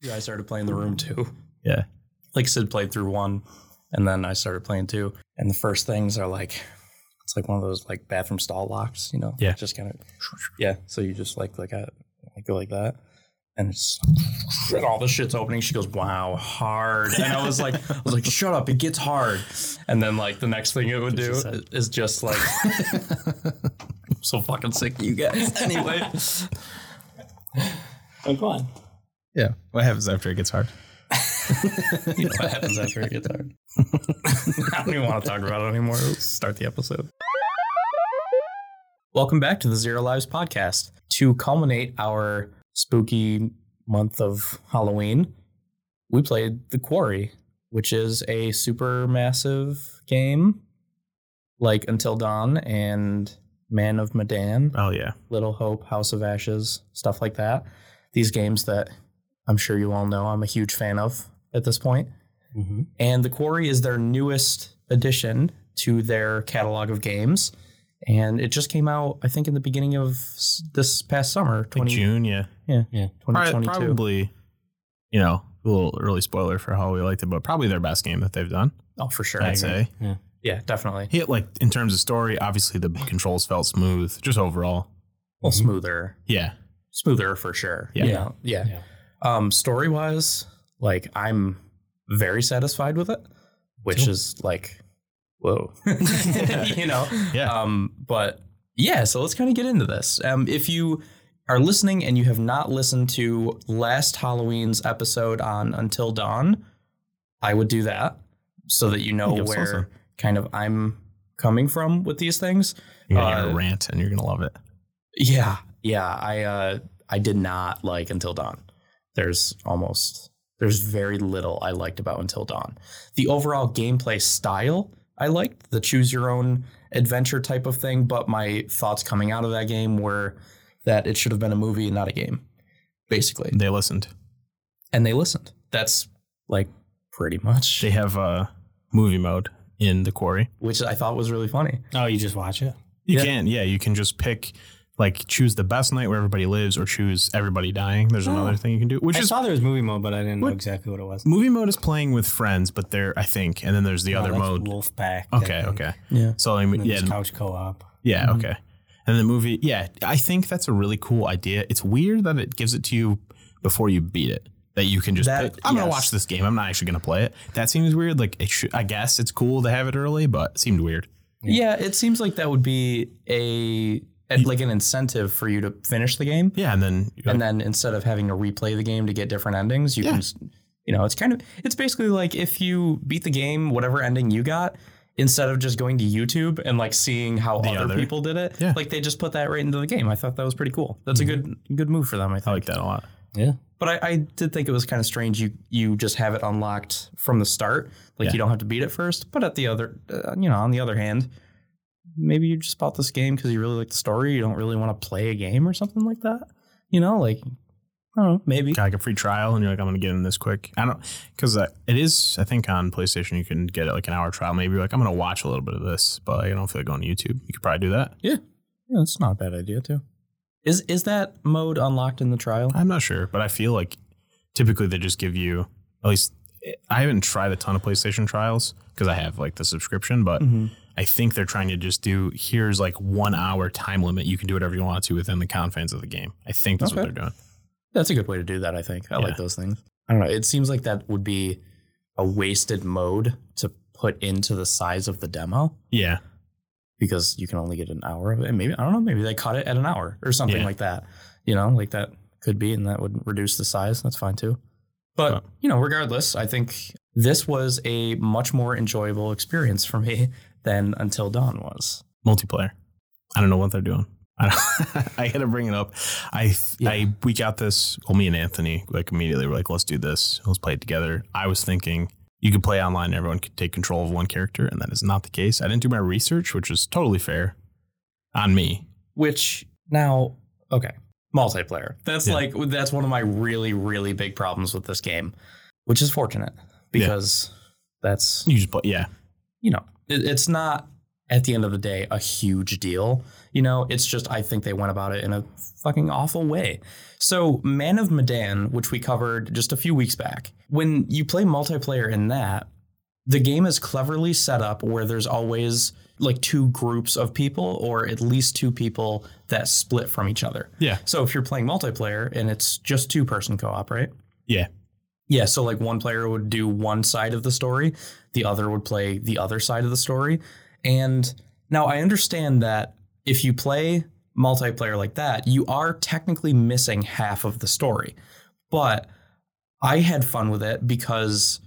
Yeah, I started playing the room too. Yeah. Like Sid played through one, and then I started playing two. And the first things are like, it's like one of those like bathroom stall locks, you know? Yeah. Just kind of, yeah. So you just like like I like, go like that, and it's and all the shit's opening. She goes, "Wow, hard." And I was like, I was like, "Shut up, it gets hard." And then like the next thing it would do Just said. is just like, I'm so fucking sick, of you guys. Anyway, I'm fine. Yeah. What happens after it gets hard? You know what happens after it gets hard. I don't even want to talk about it anymore. Let's start the episode. Welcome back to the Zero Lives podcast. To culminate our spooky month of Halloween, we played The Quarry, which is a super massive game like Until Dawn and Man of Medan. Oh yeah. Little Hope, House of Ashes, stuff like that. These games that I'm sure you all know I'm a huge fan of at this point. Mm-hmm. And The Quarry is their newest addition to their catalog of games. And it just came out, I think, in the beginning of s- this past summer, 20, June. Yeah. Yeah, Yeah. Probably, 2022. probably. You know, a little early spoiler for how we liked it, but probably their best game that they've done. Oh, for sure. I'd say. Yeah, definitely. Hit like in terms of story, obviously the controls felt smooth, just overall. Well, smoother. Yeah. Smoother for sure. Yeah. You know? Yeah. Yeah. Um, story wise, like I'm very satisfied with it, which is like, whoa, you know. Yeah. Um, but yeah, so let's kind of get into this. Um, if you are listening and you have not listened to last Halloween's episode on Until Dawn, I would do that so that you know Give us where awesome. kind of I'm coming from with these things. You're gonna get Uh, a rant and you're gonna love it. Yeah, yeah. I uh, I did not like Until Dawn. There's almost there's very little I liked about Until Dawn. The overall gameplay style I liked, the choose your own adventure type of thing, but my thoughts coming out of that game were that it should have been a movie and not a game, basically. They listened. And they listened. That's like pretty much They have uh movie mode in the quarry. which I thought was really funny. Oh, you just watch it? You Yeah. can, yeah, you can just pick like choose the best night where everybody lives or choose everybody dying. There's Oh. another thing you can do, which I is saw there was movie mode, but I didn't What? know exactly what it was. movie mode is playing with friends, but there I think, and then there's the No, other Oh, that's mode. Wolfpack. that Okay, thing. okay. Oh, Yeah. So I mean, And then yeah, there's couch co-op. yeah, Mm-hmm. okay. And the movie, yeah, I think that's a really cool idea. It's weird that it gives it to you before you beat it. That you can just That- pick, I'm gonna yes. watch this game. I'm not actually gonna play it. That seems weird. Like it should, I guess it's cool to have it early, but it seemed weird. Yeah, it seems like that would be a like an incentive for you to finish the game. Yeah, and then and then instead of having to replay the game to get different endings, you can, s- you know, it's kind of it's basically like if you beat the game, whatever ending you got, instead of just going to YouTube and like seeing how other, other. people did it, Yeah. Mm-hmm. like they just put that right into the game. I thought that was pretty cool. That's a good good move for them. I think. I like that a lot. Yeah. But I, I did think it was kind of strange. You you just have it unlocked from the start, like Yeah. you don't have to beat it first. But at the other, uh, you know, on the other hand, maybe you just bought this game because you really like the story. You don't really want to play a game or something like that. You know, like I don't know, maybe. got like a free trial and you're like, I'm gonna get in this quick. I don't because uh, it is. I think on PlayStation you can get like an hour trial. Maybe you're like I'm gonna watch a little bit of this, but I don't feel like going to YouTube. You could probably do that. Yeah, it's not a bad idea too. Is is that mode unlocked in the trial? I'm not sure, but I feel like typically they just give you at least. eh, I haven't tried a ton of PlayStation trials because I have like the subscription, but Mm-hmm. I think they're trying to just do here's like one hour time limit. You can do whatever you want to within the confines of the game. I think that's what Okay. they're doing. That's a good way to do that. I think I Yeah. like those things. I don't know. It seems like that would be a wasted mode to put into the size of the demo. Yeah, because you can only get an hour of it. And maybe I don't know. Maybe they cut it at an hour or something Yeah. like that. You know, like that could be, and that would reduce the size. That's fine too. But Huh. you know, regardless, I think this was a much more enjoyable experience for me than Until Dawn was. multiplayer. I don't know what they're doing. I, don't, I had to bring it up. I, I, we got this. Well, me and Anthony, like immediately, were like, let's do this. Let's play it together. I was thinking you could play online. and Everyone could take control of one character, and that is not the case. I didn't do my research, which is totally fair on me. Which now, okay, multiplayer. That's Yeah. like that's one of my really really big problems with this game, which is fortunate Yeah. because that's You just play, yeah, you know, it, it's not at the end of the day a huge deal. You know, it's just I think they went about it in a fucking awful way. So, Man of Medan, which we covered just a few weeks back, when you play multiplayer in that, the game is cleverly set up where there's always like two groups of people or at least two people that split from each other. Yeah. So, if you're playing multiplayer and it's just two person co op, right? Yeah. Yeah, so like one player would do one side of the story, the other would play the other side of the story. And now I understand that if you play multiplayer like that, you are technically missing half of the story. But I had fun with it because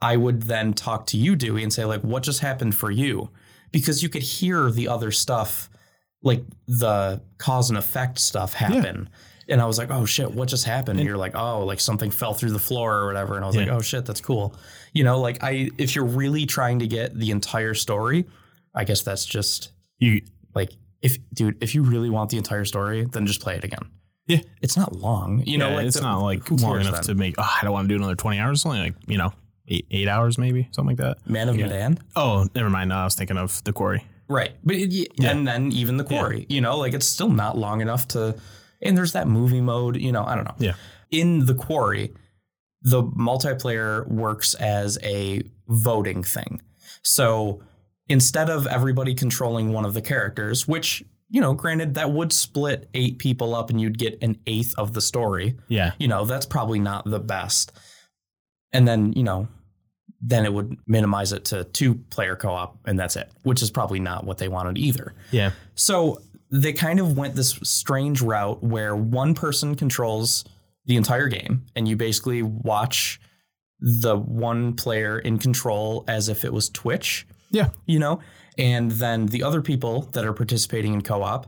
I would then talk to you, Dewey, and say, like, what just happened for you? Because you could hear the other stuff, like the cause and effect stuff happen. And I was like, oh shit, what just happened? And you're like, oh, like something fell through the floor or whatever. And I was like, Yeah. oh shit, that's cool. You know, like I if you're really trying to get the entire story, I guess that's just You like if dude, if you really want the entire story, then just play it again. Yeah. It's not long. You you know know, like it's the- not like who long cares enough to then? make. Oh, I don't want to do another twenty hours. It's only like you know eight, eight hours maybe something like that. Man of Yeah. Medan. Oh, never mind. No, I was thinking of the quarry. Right. But it, Yeah. and then even the Yeah. quarry, you know, like it's still not long enough to and there's that movie mode, you know, I don't know. Yeah. In the quarry, the multiplayer works as a voting thing. So instead of everybody controlling one of the characters, which, you know, granted that would split eight people up and you'd get an eighth of the story Yeah, you know, that's probably not the best. And then, you know, then it would minimize it to two player co op and that's it, which is probably not what they wanted either. yeah, So they kind of went this strange route where one person controls the entire game and you basically watch the one player in control as if it was Twitch yeah. you know and then the other people that are participating in co-op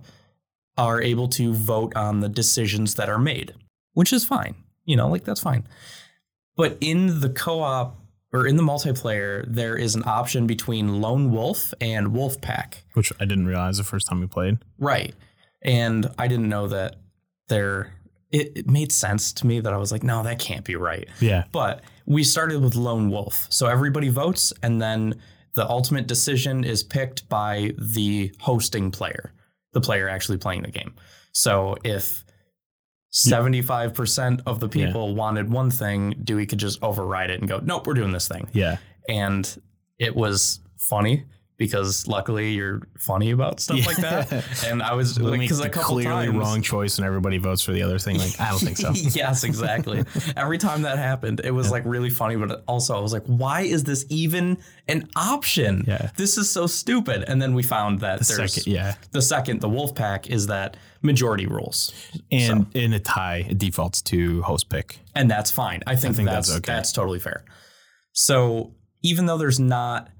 are able to vote on the decisions that are made which is fine you know like that's fine but in the co-op or in the multiplayer there is an option between lone wolf and wolf pack Which I didn't realize the first time we played. Right. And I didn't know that there it, it made sense to me that I was like, no, that can't be right. Yeah. But we started with Lone Wolf. So everybody votes and then the ultimate decision is picked by the hosting player, the player actually playing the game. So if 75% of the Yeah. people wanted one thing, Dewey could just override it and go, nope, we're doing this thing Yeah, and it was funny because luckily you're funny about stuff Yeah. like that. And I was Like, like, because the a couple clearly times, wrong choice, and everybody votes for the other thing. Like I don't think so. yes, exactly. Every time that happened, it was like really funny, but also I was like, why is this even an option? Yeah. This is so stupid. And then we found that there's Second, yeah, the second, the wolf pack is that majority rules. and in a tie, it defaults to host pick. and that's fine. I think, think that's that's that's, okay. totally fair. So even though there's not,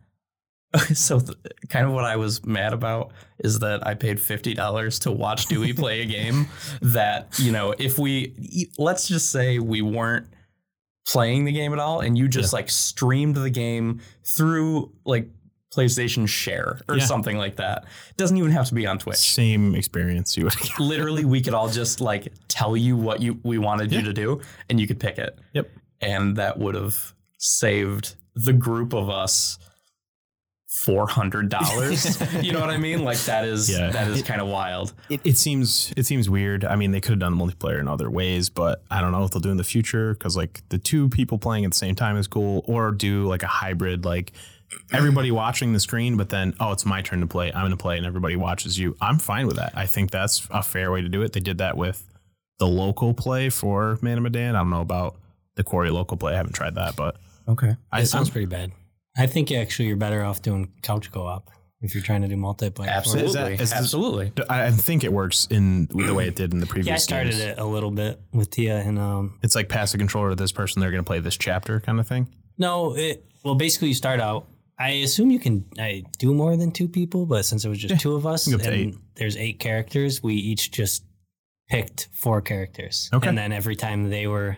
so th- kind of what I was mad about is that I paid fifty dollars to watch Dewey play a game that you know if we e, let's just say we weren't playing the game at all and you just like streamed the game through like PlayStation Share or Yeah. something like that. doesn't even have to be on Twitch Same experience you would get. literally we could all just like tell you what you we wanted you Yeah. to do and you could pick it Yep. and that would have saved the group of us $400 you know what i mean like that is Yeah. that is kind of wild It, it seems it seems weird. I mean, they could have done multiplayer in other ways, but I don't know what they'll do in the future because like the two people playing at the same time is cool, or do like a hybrid, like everybody watching the screen, but then oh, it's my turn to play. I'm going to play, and everybody watches you. I'm fine with that. I think that's a fair way to do it. They did that with the local play for Man of Medan. I don't know about the Quarry local play. I haven't tried that, but okay I That sounds I'm- pretty bad. I think actually you're better off doing couch co-op if you're trying to do multiplayer. absolutely Is that- is this- absolutely I I think it works in the way it did in the previous. Yeah, I started games. it a little bit with Tia and um. It's like pass the controller to this person. They're going to play this chapter kind of thing. No, it well basically you start out. I assume you can I do more than two people, but since it was just two of us You and can go up to eight. there's eight characters, we each just picked four characters, Okay. and then every time they were,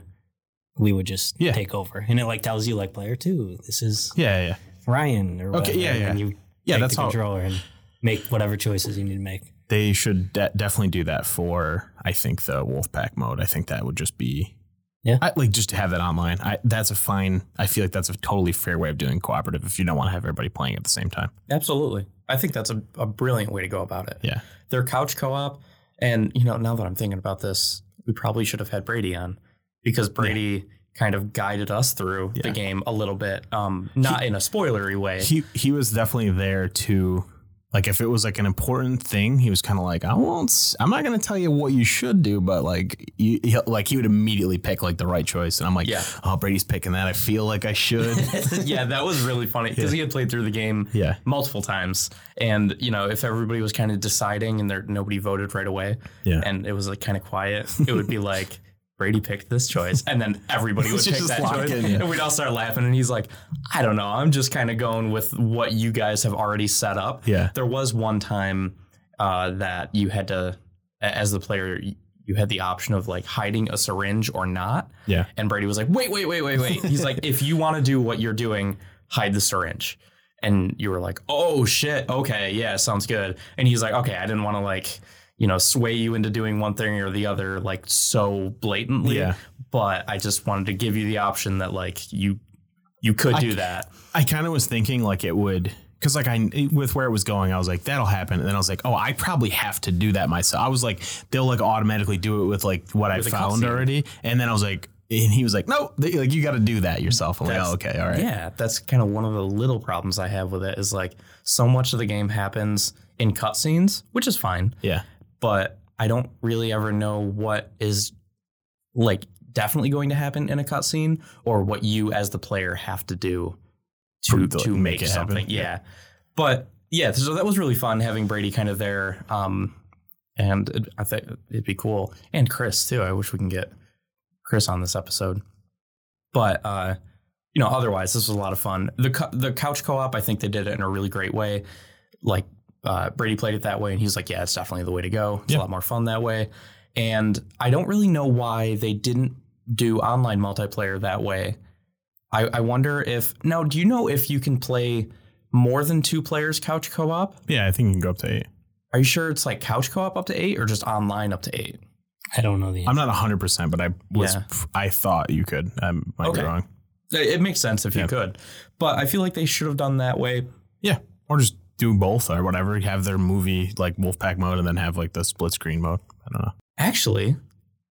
we would just Yeah. take over, and it like tells you like player two, this is Yeah, yeah, yeah. Ryan or whatever, Okay, yeah, and then yeah. you yeah. take That's the how controller and make whatever choices you need to make. they should de- definitely do that for. I think the Wolfpack mode. I think that would just be. Yeah. I, like just to have that online. I, that's a fine. I feel like that's a totally fair way of doing cooperative if you don't want to have everybody playing at the same time. absolutely I think that's a, a brilliant way to go about it. Yeah. Their couch co-op, and you know, now that I'm thinking about this, we probably should have had Brady on because Brady kind of guided us through Yeah. the game a little bit, um, not in a spoilery way. He he was definitely there to like if it was like an important thing, he was kind of like, I won't. s- I'm not gonna tell you what you should do, but like you he'll- like he would immediately pick like the right choice, and I'm like, Yeah. oh, Brady's picking that. I feel like I should. yeah, that was really funny because he had played through the game Yeah. multiple times, and you know, if everybody was kind of deciding and there nobody voted right away, Yeah. and it was like kind of quiet, it would be like. Brady picked this choice, and then everybody would Just pick that lock choice, in, yeah. and we'd all start laughing. And he's like, "I don't know, I'm just kind of going with what you guys have already set up." Yeah. there was one time uh, that you had to, a- as the player, y- you had the option of like hiding a syringe or not, yeah. and Brady was like, wait, wait, wait, wait, wait. He's like, if you want to do what you're doing, hide the syringe. And you were like, oh shit, okay, yeah, sounds good. And he's like, okay, I didn't want to like, you know, sway you into doing one thing or the other like so blatantly. Yeah. But I just wanted to give you the option that like you you could do that. I kind of was thinking like it would because like I with where it was going, I was like that'll happen, and then I was like, oh, I probably have to do that myself. I was like, they'll like automatically do it with like what With I a found cutscene. already, and then I was like, and he was like, no, they, like you got to do that yourself. I'm like, That's- oh, okay, all right, Yeah, that's kind of one of the little problems I have with it is like so much of the game happens in cutscenes, which is fine. yeah, but I don't really ever know what is like definitely going to happen in a cutscene or what you as the player have to do to To, like, to make make, it happen. something. Yeah. But yeah, so that was really fun having Brady kind of there. Um and it, I think it'd be cool. And Chris too. I wish we can get Chris on this episode. But uh you know, otherwise this was a lot of fun. The cou- the couch co-op, I think they did it in a really great way. Like uh, Brady played it that way, and he's like, "Yeah, it's definitely the way to go. It's Yeah. a lot more fun that way." And I don't really know why they didn't do online multiplayer that way. I, I wonder if now. Do you know if you can play more than two players couch co-op? yeah. I think you can go up to eight. Are you sure it's like couch co-op up to eight, or just online up to eight? I don't know the answer. I'm not 100, percent but I was Yeah. I thought you could. I might Okay. be wrong. It it makes sense if Yeah. you could, but I feel like they should have done that way. Yeah, or just do both or whatever. Have their movie like Wolfpack mode, and then have like the split screen mode. I don't know. Actually,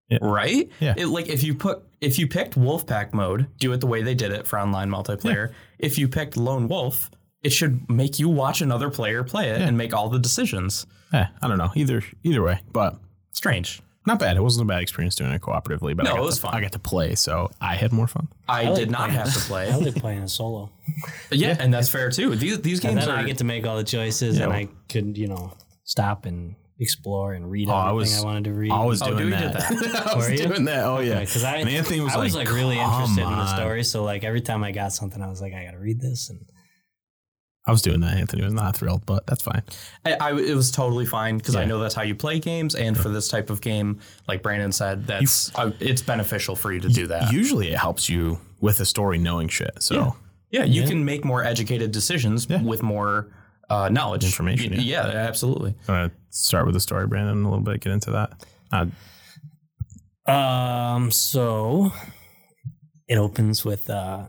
Yeah. right? Yeah. It, like if you put if you picked Wolfpack mode, do it the way they did it for online multiplayer. If you picked Lone Wolf, it should make you watch another player play it Yeah. and make all the decisions. Yeah, Eh, I don't know. Either either way, but Strange. not bad. It wasn't a bad experience doing it cooperatively, but No, I got it was to, fun. I got to play, so I had more fun. I, like did not playing- have to play. I like playing a solo. yeah, and that's fair too. These these And games then are I get to make all the choices, and I could, you know, stop and explore and read Oh, I everything I, was- wanted to read. I was Oh, doing Dewey did that. I was Were you? doing that. Oh yeah, because I, and Anthony was I like, was like really "Come interested in the on." story. So like every time I got something, I was like, I gotta read this. And I was doing that. Anthony was not thrilled, but that's fine. I, I- it was totally fine because I Yeah. know that's how you play games, and for this type of game, like Brandon said, that's uh, it's beneficial for you to do that. Usually, it helps you with the story knowing shit. So Yeah, you can make more educated decisions with more uh, knowledge, Information, Y- Yeah, absolutely. I'm gonna start with the story, Brandon, a little bit. Get into that. Uh, um, so it opens with uh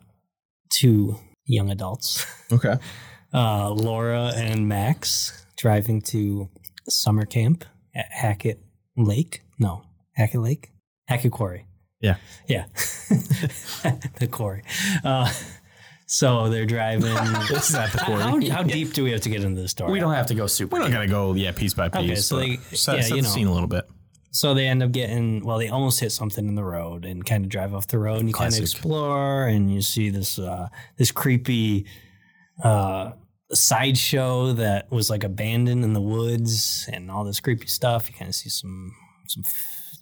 two young adults, okay. uh, Laura and Max, driving to summer camp at Hackett Lake. No, Hackett Lake, Hackett Quarry. Yeah. Yeah. the quarry. Uh, so they're driving. This is at the quarry. how, how deep do we have to get into the story? We don't have to go super. We're not gonna go yeah piece by piece. Okay, so but they- set, yeah, set you the know. scene a little bit. So they end up getting, well, they almost hit something in the road and kind of drive off the road and you kind of Classic. explore and you see this, uh, this creepy, uh, sideshow that was like abandoned in the woods and all this creepy stuff. You kind of see some, some,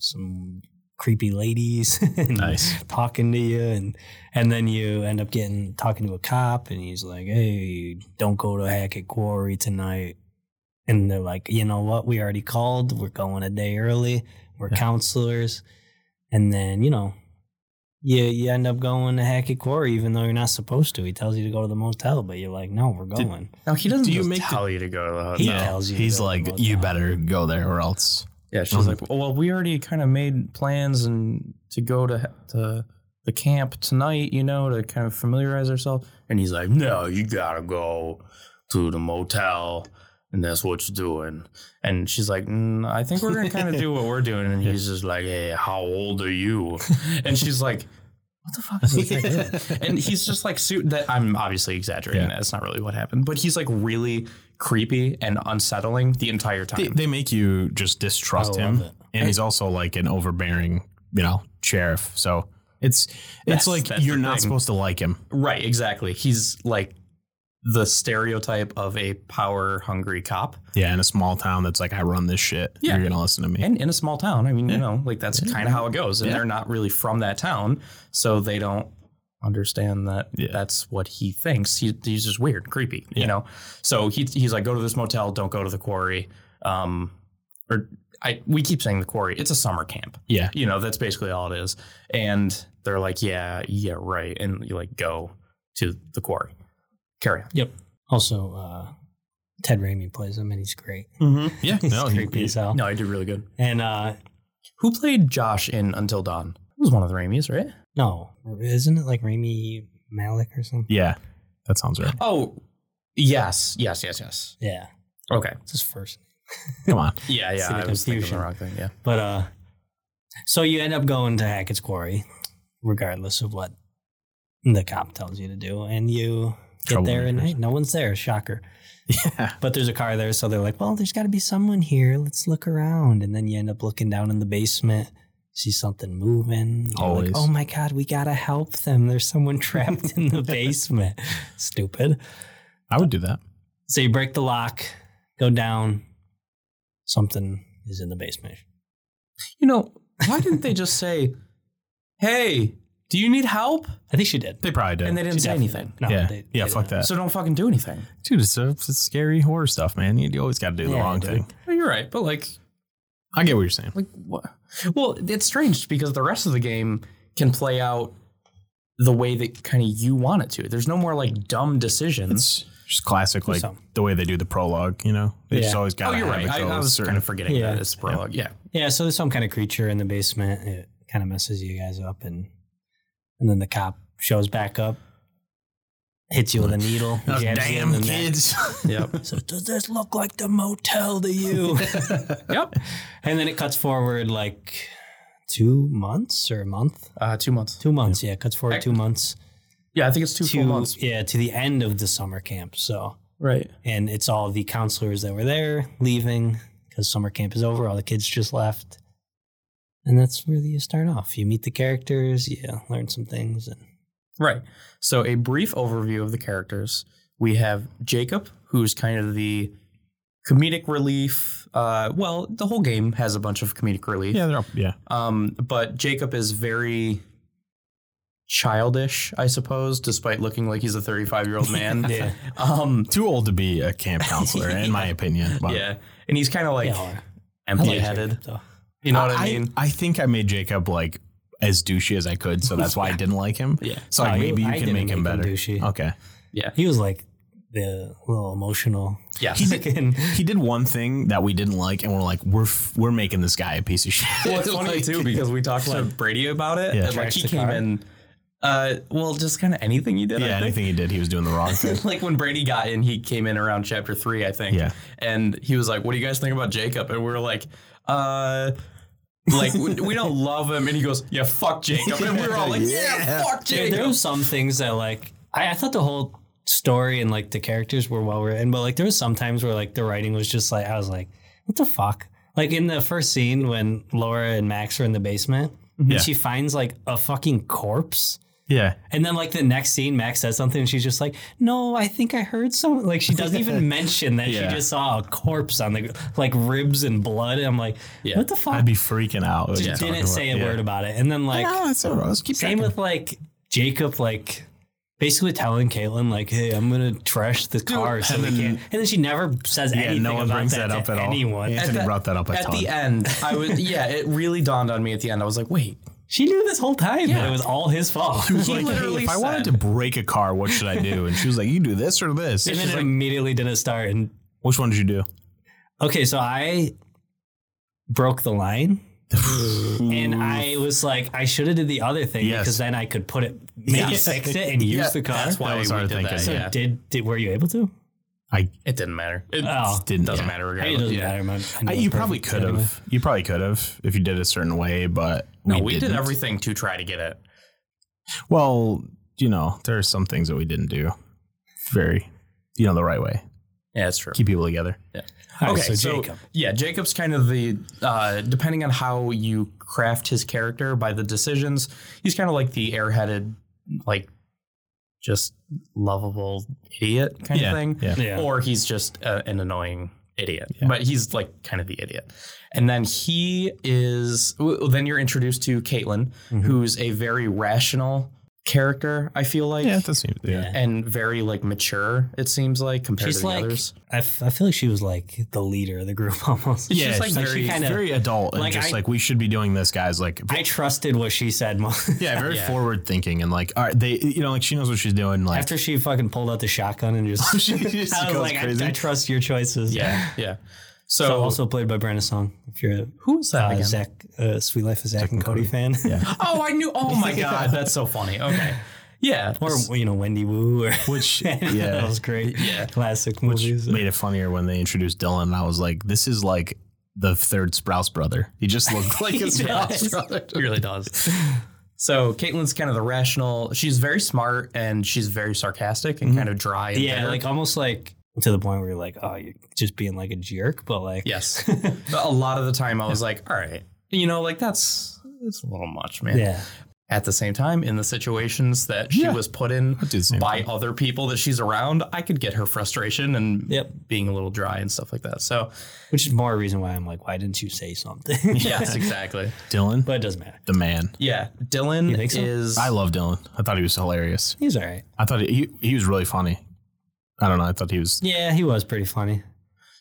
some creepy ladies and Nice. talking to you and and then you end up getting talking to a cop and he's like hey don't go to hackett quarry tonight and they're like you know what we already called we're going a day early we're Yeah. counselors and then you know you, you end up going to hackett quarry even though you're not supposed to he tells you to go to the motel but you're like no we're Did- going No, he doesn't. Do you just make the- you to go to the He hotel? No, tells you to he's go like, about you that. better go there or else. Yeah, she's like, well, we already kind of made plans and to go to to the camp tonight, you know, to kind of familiarize ourselves. And he's like, no, you gotta go. to the motel and that's what you're doing. And she's like, mm, I think we're going to kind of do what we're doing. And he's just like, hey, how old are you? And she's like, what the fuck is this guy doing? And he's just like, suit that I'm obviously exaggerating. Yeah. That's not really what happened, but he's like really creepy and unsettling the entire time. They, they make you just distrust Oh, I him, love it. and he's also like an overbearing, you know, sheriff. So it's it's That's- like that's you're the not thing. supposed to like him. Right, exactly. He's like the stereotype of a power hungry cop. Yeah, in a small town that's like I run this shit. Yeah. You're gonna listen to me. And in a small town, I mean, you know, like that's kind of how it goes. And they're not really from that town, so they don't understand that Yeah. that's what he thinks. He, he's just weird, creepy, you know. So he, he's like, go to this motel, don't go to the quarry. Um, or I, we keep saying the quarry. It's a summer camp. yeah, You know, that's basically all it is. And they're like, yeah, yeah, right. And you like go to the quarry. Carry on. Also, uh, Ted Raimi plays him, and he's great. Mm-hmm. yeah. He's No, he- creepy he- as hell. No, I did really good. And uh, Who played Josh in Until Dawn? It was one of the Raimis, right? no, isn't it like Raimi Malik or something? yeah, that sounds right. Oh, yes, yes, yes, yes. Yeah, Okay. it's his first. Come on. Yeah, yeah. See the I was thinking of the confusion. wrong thing. Yeah. But uh, so you end up going to Hackett's Quarry, regardless of what the cop tells you to do, and you get there and Troublemakers. hey, no one's there. Shocker. Yeah, But there's a car there, so they're like, well, there's got to be someone here. Let's look around, and then you end up looking down in the basement. See something moving. You're Always. Like, oh my God, we gotta help them. There's someone trapped in the basement. Stupid. I would do that. So you break the lock, go down. Something is in the basement. You know, why didn't they just say, hey, do you need help? I think she did. They probably did. And they didn't She say definitely- anything. No, yeah, they- yeah. they Fuck didn't. that, So don't fucking do anything. dude. It's, a, it's scary horror stuff, man. You, you always got to do the Yeah, wrong dude. thing. Well, you're right. But like, I get what you're saying. like what? Well, it's strange because the rest of the game can play out the way that kind of you want it to. There's no more like dumb decisions. It's just classic, like some. the way they do the prologue. You know, they just Yeah. always got. oh, you're right. I, I was kind of forgetting Yeah. that it's prologue. Yeah. Yeah, so there's some kind of creature in the basement. It kind of messes you guys up, and and then the cop shows back up, hits you with a needle, jabs you in the damn neck. kids. Yep. So does this look like the motel to you? yep. and then it cuts forward like two months or a month, Uh, two months. two months. Yeah, it cuts forward two months Yeah, I think it's two to full months. yeah to the end of the summer camp. So Right. and it's all the counselors that were there leaving because summer camp is over. All the kids just left, and that's where you start off. You meet the characters, you learn some things, and Right. So a brief overview of the characters. We have Jacob, who's kind of the comedic relief. Uh, well, the whole game has a bunch of comedic relief. yeah, they're all, yeah. Um, but Jacob is very childish, I suppose, despite looking like he's a 35 year old Oh, man. Yeah. Um, Too old to be a camp counselor, in my opinion. but- yeah. And he's kind of like yeah, all right. I like empty headed. Jacob, though. you know what I, mean? I think I made Jacob like as douchey as I could, so that's why I didn't like him. Yeah. So like, No, maybe you I can didn't make him better. douchey. okay. He was like the little emotional. yeah. He did, he did one thing that we didn't like, and we're like, we're f- we're making this guy a piece of shit. Well, it's funny Like, too because we talked to Brady about it, Yeah. and like Trashed he the came car. in. Uh, well, just kind of anything he did. I yeah, think. anything he did, he was doing the wrong thing. like when Brady got in, he came in around chapter three, I think. Yeah. And he was like, "What do you guys think about Jacob?" And we were like, "Uh." like we, we don't love him, and he goes, "Yeah, fuck Jacob," and we were all like, "Yeah, Yeah. fuck Dude, Jacob." there was some things that like I, I thought the whole story and like the characters were well written, but like there was some times where like the writing was just like I was like, what the fuck? Like in the first scene when Laura and Max are in the basement, Yeah. and she finds like a fucking corpse. yeah. And then like the next scene, Max says something and she's just like, No, I think I heard some like she doesn't even mention that Yeah. she just saw a corpse on the like ribs and blood. And I'm like, Yeah. What the fuck? I'd be freaking out. She didn't say a word about it. And then like No, it's all right. Let's keep same checking. with like Jacob, like basically telling Caitlin, like, "Hey, I'm gonna trash the car," so and we then- can't. And then she never says Yeah, anything no one about brings that, that up to at all. anyone. Anthony the- brought that up a at ton. the end, I was yeah. It really dawned on me at the end. I was like, "Wait, She knew this whole time that Yeah. it was all his fault. He was like, literally hey, if I wanted to said- break a car, what should I do? And she was like, you do this or this. and And then it she's like, immediately didn't start. And which one did you do? okay, so I broke the line. And I was like, I should have did the other thing Yes. because then I could put it, maybe Yeah. fix it and use Yeah, the car. That's why That was we our did thinking, that. so Yeah. did did were you able to? I It didn't matter. It Oh. didn't. doesn't yeah. matter Hey, regardless. it doesn't yeah. matter. man. I know I, it's you perfect probably could anyway. have. You probably could have if you did a certain way, but no, we did didn't. everything to try to get it. Well, you know, there are some things that we didn't do very, you know, the right way. Yeah, that's true. Keep people together. All right, okay, so, so- Jacob. Yeah, Jacob's kind of the uh, depending on how you craft his character by the decisions, he's kind of like the airheaded, like just lovable idiot kind Yeah, of thing, yeah. Yeah. or he's just uh, an annoying idiot. Yeah. But he's like kind of the idiot. And then he is. w- Then you're introduced to Caitlin, Mhm. who's a very rational character. I feel like. yeah, that seems. Yeah. and very like mature, it seems like compared to She's the like- others. I, f- I feel like she was like the leader of the group almost. Yeah, just, like, it's very- very adult and like, just I- like we should be doing this, guys. Like, I trusted what she said. mo- yeah, very Yeah. forward thinking and like, all right, they, you know, like she knows what she's doing. Like, After she fucking pulled out the shotgun and just, She just I was goes like, I, crazy. I trust your choices. Yeah, yeah. So, So, also played by Brandon Song. If you're who is that a uh, again? Zach, uh, Sweet Life of Zach, and Cody, fan, yeah, Oh, I knew. Oh my god, that's so funny. Okay, yeah, or you know Wendy Wu, or which that yeah was great. Yeah. classic movies. made it funnier when they introduced Dylan. And I was like, this is like the third Sprouse brother. He just looked like a He Sprouse does. brother. it really does. So Caitlin's kind of the rational. She's very smart and she's very sarcastic and kind of dry. And Mm-hmm. yeah, bitter. like almost like to the point where you're like, oh, you're just being like a jerk, but like, yes. But a lot of the time, I was like, all right, you know, like that's it's a little much, man. yeah, At the same time, in the situations that she Yeah. was put in do the same by other people that she's around, I could get her frustration and Yep. being a little dry and stuff like that. So which is more reason why I'm like, why didn't you say something? yes, exactly. Dylan, but it doesn't matter. the man. Yeah, You Dylan think so? is. I love Dylan. I thought he was hilarious. He's all right. I thought he, he, he was really funny. I don't know. I thought he was. Yeah, he was pretty funny.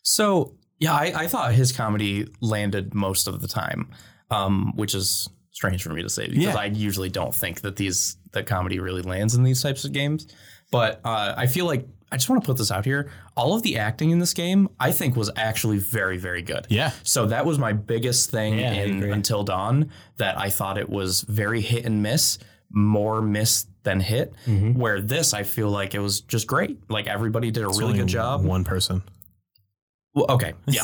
So yeah, I, I thought his comedy landed most of the time, um, which is strange for me to say because Yeah. I usually don't think that these the comedy really lands in these types of games. But uh, I feel like I just want to put this out here. All of the acting in this game, I think, was actually very, very good. Yeah. So that was my biggest thing Yeah, I in agree. Until Dawn that I thought it was very hit and miss, more miss than hit. Mm-hmm. Where this, I feel like it was just great. Like everybody did a really Only good job. One person Well, okay, yeah.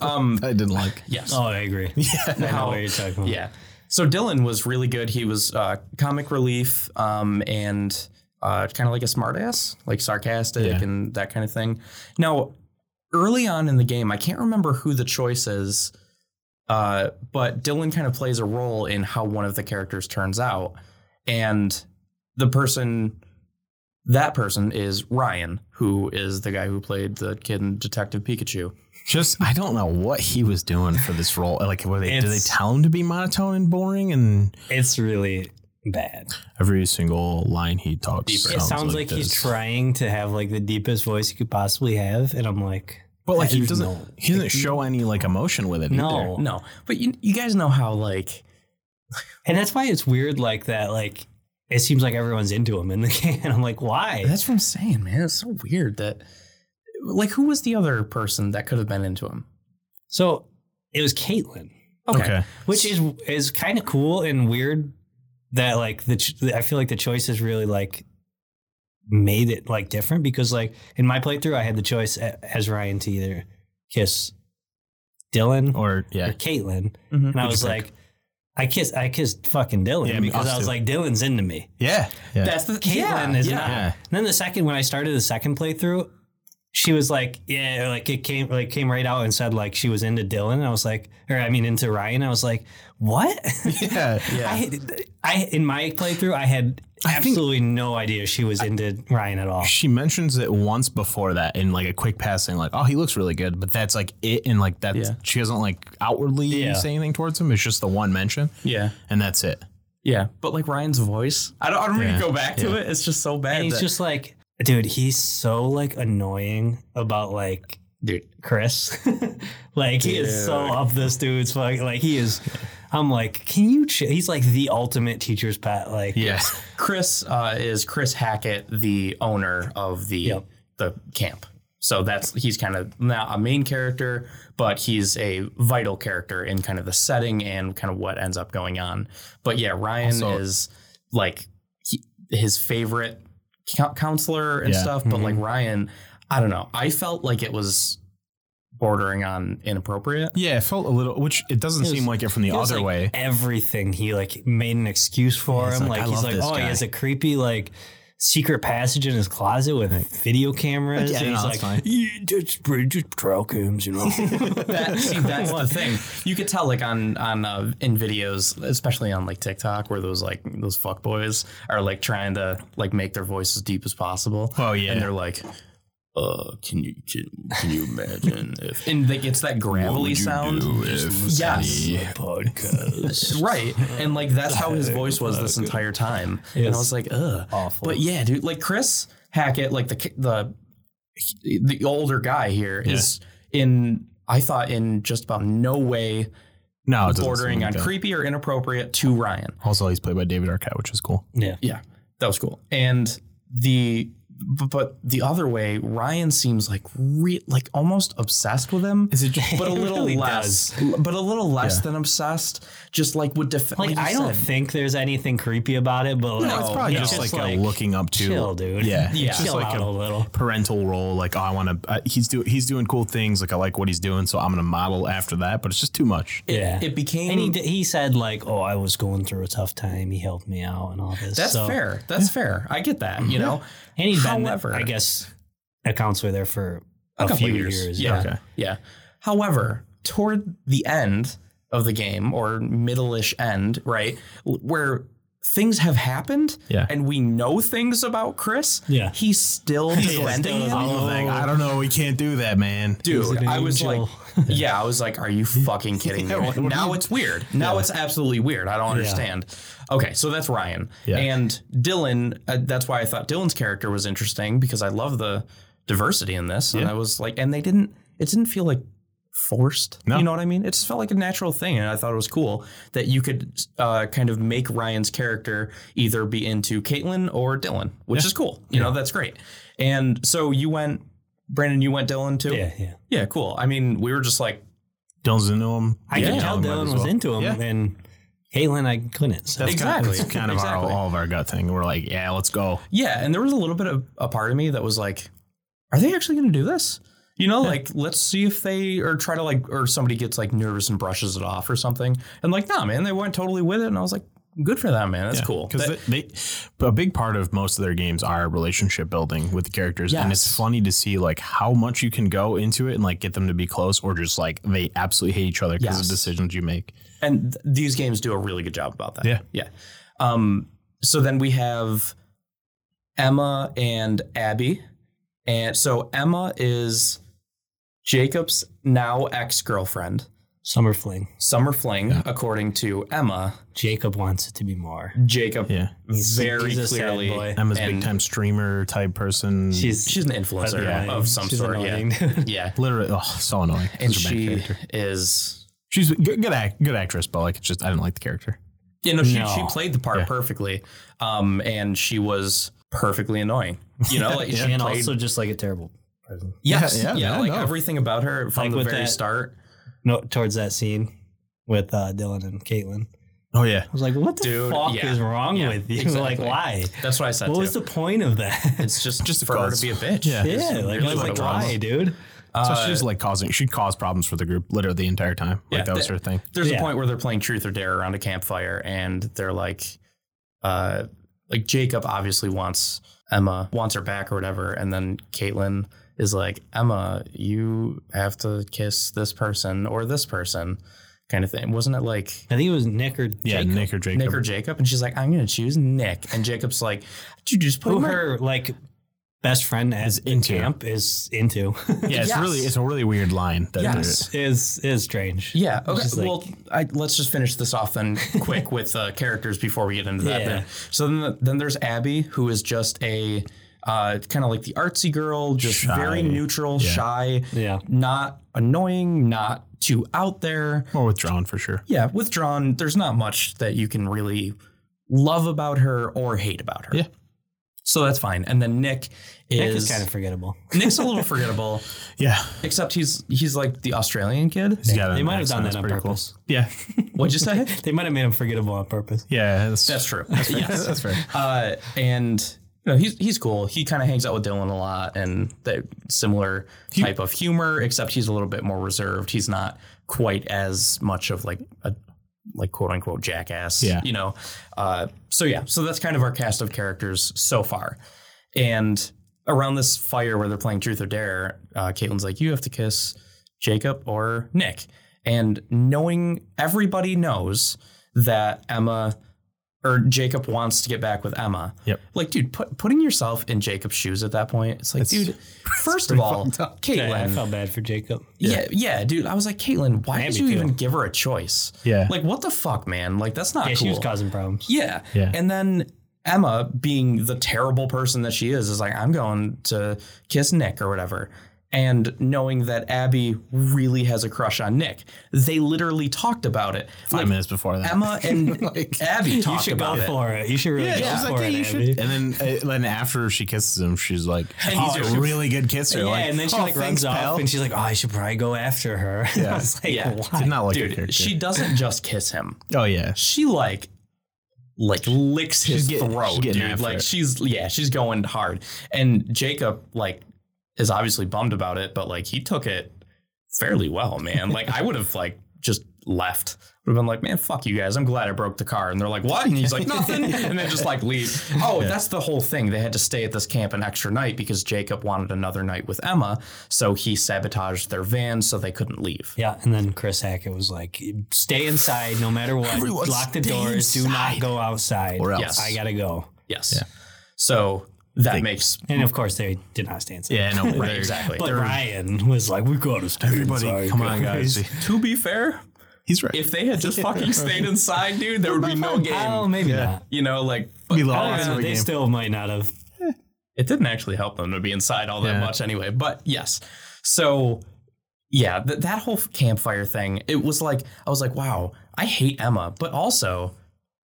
um, I didn't like. yes. Oh, I agree. Yeah, I know How- what you're talking about. Yeah. So Dylan was really good. He was uh, comic relief um, and uh, kind of like a smartass, like sarcastic Yeah. and that kind of thing. Now, early on in the game, I can't remember who the choice is, uh, but Dylan kind of plays a role in how one of the characters turns out. And the person, that person is Ryan, who is the guy who played the kid in Detective Pikachu. Just I don't know what he was doing for this role. Like, what do they do? They It's- tell him to be monotone and boring, and It's really bad. every single line he talks. Deeper. It sounds like he's this. trying to have like the deepest voice he could possibly have, and I'm like, but like he There's doesn't. no- he doesn't show any like emotion with it. No. either. No, but you, you guys know how, like, and that's why it's weird like that. Like it seems like everyone's into him in the game, and I'm like, why? That's what I'm saying, man. It's so weird that, like, who was the other person that could have been into him? So it was Caitlyn, Okay. which is is kind of cool and weird that like the ch- I feel like the choices really like made it like different because like in my playthrough I had the choice a- as Ryan to either kiss Dylan or, Or yeah. Caitlyn, Mm-hmm. Mhm. and I was like, I kissed I kissed fucking Dylan Yeah, me- because us I was too. like Dylan's into me. Yeah. Yeah. That's the Caitlyn is not. Yeah. And then the second when I started the second playthrough, she was like, yeah, like it came like came right out and said like she was into Dylan. And I was like, or I mean into Ryan. I was like, what? yeah. Yeah. I, I in my playthrough, I had absolutely no idea she was into Ryan at all. She mentions it once before that in like a quick passing, like, oh, he looks really good, but that's like it. And like that, Yeah. she doesn't like outwardly Yeah. say anything towards him. It's just the one mention, yeah, and that's it. yeah. But like Ryan's voice, I don't, I don't Yeah. even go back to it. It's just so bad. And he's that- just like, dude, he's so like annoying about like dude. Chris. like he is so up this dude's fuck. Like he is. I'm like, can you? Ch-? He's like the ultimate teacher's pet. Like, Yeah. Chris uh, is Chris Hackett, the owner of the Yep. the camp. So that's he's kind of now a main character, but he's a vital character in kind of the setting and kind of what ends up going on. But yeah, Ryan Also- is like he, his favorite cou- counselor and Yeah. Mm-hmm. stuff. But like Ryan, I don't know. I felt like it was bordering on inappropriate. Yeah, it felt a little, which it doesn't It was- seem like it from the It was, other like, way. Everything he like made an excuse for He's him. like, Like, "I he's love like, this oh, guy." he has a creepy like secret passage in his closet with video cameras. Yeah, and no, he's that's fine. like, "Yeah, just just trial cams, you know. That, see, that's the thing. You could tell, like on on uh, in videos, especially on like TikTok, where those like those fuck boys are like trying to like make their voice as deep as possible. Oh, yeah. and they're like, "Uh, can you can, can you imagine if?" And like it's that gravelly sound. Yes. podcast. Right. And like that's how his voice was this entire time. And Yes. I was like, ugh. Awful. But yeah, dude, like Chris Hackett, like the ki- the the older guy here is in I thought in just about no way No, it doesn't bordering seem on like that. creepy or inappropriate to Ryan. Also, he's played by David Arquette, which is cool. yeah. Yeah, that was cool. And the b- but the other way, Ryan seems like re, like almost obsessed with him. Is it just, but a He little really less, but a little less Yeah. than obsessed. Just like would defend. Like, I don't think there's anything creepy about it, but like, it's probably No, just, it's like, a looking up to? chill, dude. Yeah, Yeah. It's just chill like out a a, little. parental role. Like, oh, I want to. Uh, he's do he's doing cool things. Like, I like what he's doing, so I'm gonna model after that. But it's just too much. yeah. It became. and he d- he said like, oh, I was going through a tough time. He helped me out and all this. that's So- Mm-hmm. fair. That's fair. I get that. You know. And he's However- been, I guess, a counselor there for a, couple few years. years. Yeah. Okay. Yeah. However, toward the end of the game or middle-ish end, right, w- where things have happened Yeah. and we know things about Chris, Yeah. he's still defending still him. Oh. Like, I don't know. We can't do that, man. He's Dude, an I was like, angel. yeah, I was like, are you fucking kidding me? Yeah, what- what now do you- it's weird. Now it's absolutely weird. I don't understand. Okay, so that's Ryan. Yeah. And Dylan, uh, that's why I thought Dylan's character was interesting because I love the diversity in this. And I was like, and they didn't, it didn't feel like forced. No. You know what I mean? It just felt like a natural thing. And I thought it was cool that you could uh, kind of make Ryan's character either be into Caitlin or Dylan, which is cool. You know, that's great. And so you went, Brandon, you went Dylan too? yeah, yeah. Yeah, cool. I mean, we were just like, Doesn't know him. I Yeah. could tell Might Dylan as was well. into him, Yeah. and Caitlin, I couldn't. So. That's kind of- Exactly. that's kind of Exactly. our, all of our gut thing. We're like, yeah, let's go. yeah. And there was a little bit of a part of me that was like, are they actually going to do this? You know, like, let's see if they or try to like, or somebody gets like nervous and brushes it off or something. And like, nah, man, they went totally with it. And I was like, good for them, man. That's cool. That- Because they, a big part of most of their games are relationship building with the characters, and it's Yes. funny to see like how much you can go into it and like get them to be close, or just like they absolutely hate each other because Yes. of decisions you make. and th- these games do a really good job about that. Yeah. Yeah. Um, so then we have Emma and Abby. And so Emma is Jacob's now ex girlfriend, Summer fling. Summer Fling, according to Emma. Jacob wants it to be more. Jacob Yeah. very he's a sad clearly. boy. Emma's and big time streamer type person. She's She's an influencer annoying. of some She's sort. annoying, Yeah. dude. yeah. literally oh, so annoying. And Such a bad she character. is she's a good, good, act, good actress, but like it's just I didn't like the character. you know, she, No. she played the part Yeah. perfectly. Um, and she was perfectly annoying. You know, like she and played also just like a terrible person. Yes, yeah, Yeah, yeah, yeah, like no. everything about her from Like the with very that- start. No, towards that scene with uh, Dylan and Caitlin, Oh yeah, I was like, what the Dude, fuck yeah. is wrong Yeah, with you? exactly. Like, why? That's what I said. What too. was the point of that? It's just Just just a for her cause. to be a bitch. Yeah. yeah, It's like, really I was what like it was. why, dude? so Uh, she's like causing she caused problems for the group literally the entire time. Like Yeah, that was that- her thing. There's a Yeah. point where they're playing truth or dare around a campfire, and they're like, uh, like Jacob obviously wants Emma wants her back or whatever, and then Caitlin is like, Emma, you have to kiss this person or this person, kind of thing. Wasn't it like I think it was Nick or Yeah, Jacob Nick or Jacob. Nick or Jacob? And she's like, I'm gonna choose Nick, and Jacob's like, Did you just put who him in her like best friend at Is the into. camp is into. yeah, it's Yes. really it's a really weird line. That Yes. is is strange. Yeah. It's Okay. just like- well, I, let's just finish this off then, quick with uh, characters before we get into that. Yeah. Bit. So then, then there's Abby, who is just a uh, kind of like the artsy girl, just Shy. very neutral, shy, Yeah. not annoying, not too out there. more withdrawn for sure. Yeah, withdrawn. There's not much that you can really love about her or hate about her. Yeah. So that's fine. And then Nick is, Nick is kind of forgettable. Nick's a little forgettable, Yeah, except he's he's like the Australian kid. He's got They an might have accent, done that it's on Uh, pretty cool. purpose. Yeah, What'd you say? They might have made him forgettable on purpose. yeah, That's true. yes, that's fair. uh, and you know, he's he's cool. He kind of hangs out with Dylan a lot, and the similar He- type of humor, except he's a little bit more reserved. He's not quite as much of like a like quote unquote jackass. Yeah. you know. Uh, so yeah, so that's kind of our cast of characters so far, and around this fire where they're playing Truth or Dare, uh, Caitlin's like, "You have to kiss Jacob or Nick," and knowing everybody knows that Emma or Jacob wants to get back with Emma. Yep. Like, dude, put, putting yourself in Jacob's shoes at that point, it's like, It's- dude, first of all, fucked up. Caitlin. I felt bad for Jacob. yeah. yeah, dude. I was like, Caitlin, why did Maybe you too. even give her a choice? Yeah. Like, what the fuck, man? Like, that's Ah, not Yeah, cool. she was causing problems. Yeah. Yeah. And then Emma, being the terrible person that she is, is like, I'm going to kiss Nick or whatever. And knowing that Abby really has a crush on Nick, they literally talked about it. Five Like, minutes before that. Emma and Like- Abby You talked should go about it. for it. You should really go she's for like, "Hey, it. you should- Abby. And then, uh, then after she kisses him, she's like, And "Oh, he's a just- really good kisser." Yeah, like, and then she "Oh, like thanks, runs off pal." and she's like, "Oh, I should probably go after her." I Yeah. was like, Yeah. "Why?" did not like her Dude, character. she doesn't just kiss him. oh yeah, She like like licks She's his getting- she's throat, getting dude. after Like it. she's yeah, she's going hard. And Jacob like is obviously bummed about it, but like he took it fairly well, man. Like I would have like just left. Would have been like, man, fuck you guys. I'm glad I broke the car. And they're like, what? And he's like, nothing. And then just like leave. Oh, that's the whole thing. They had to stay at this camp an extra night because Jacob wanted another night with Emma. So he sabotaged their van so they couldn't leave. Yeah, and then Chris Hackett was like, "Stay inside, no matter what. Everyone Lock the stay doors. Do not inside. go outside, Or else. Yes. I gotta go." Yes. So that makes And of course, they did not stay inside. yeah, no, right, they're- exactly. but They're- Ryan was like, "We gotta stay Everybody, inside, come on, guys. to be fair, He's right. if they had just fucking stayed inside, dude, there would be no Oh, game. maybe Yeah. not. You know, like we Oh, lost yeah, the they game. still might not have. it didn't actually help them to be inside all that Yeah. much anyway. But yes, so yeah, th- that whole campfire thing. It was like I was like, wow, I hate Emma, but also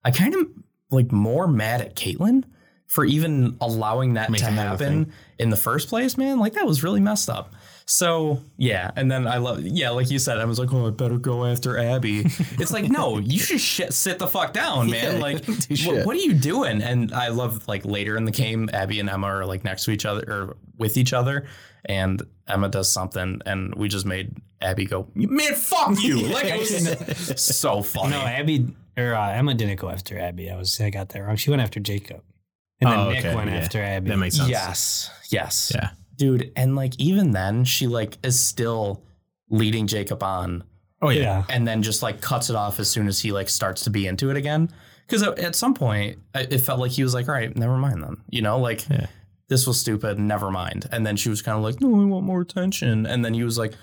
I kind of like more mad at Caitlyn for even allowing that to Making that a happen in the first place, man. Like that was really messed up. So yeah, and then I love yeah, like you said, I was like, oh, I better go after Abby. it's like, no, you should shit, sit the fuck down, man. Yeah, like, do wh- shit. what are you doing? And I love like later in the game, Abby and Emma are like next to each other or with each other, and Emma does something, and we just made Abby go, man, fuck you. Like it was so funny. No, Abby or uh, Emma didn't go after Abby. I was I got that wrong. She went after Jacob, and then Oh, Nick okay, went yeah. after Abby. that makes sense. yes, yes, Yeah. dude. And like even then, she like is still leading Jacob on. Oh yeah. yeah. and then just like cuts it off as soon as he like starts to be into it again. Because at some point, I- it felt like he was like, "All right, never mind then," you know, like Yeah. this was stupid, never mind. And then she was kind of like, "No, I want more attention." And then he was like,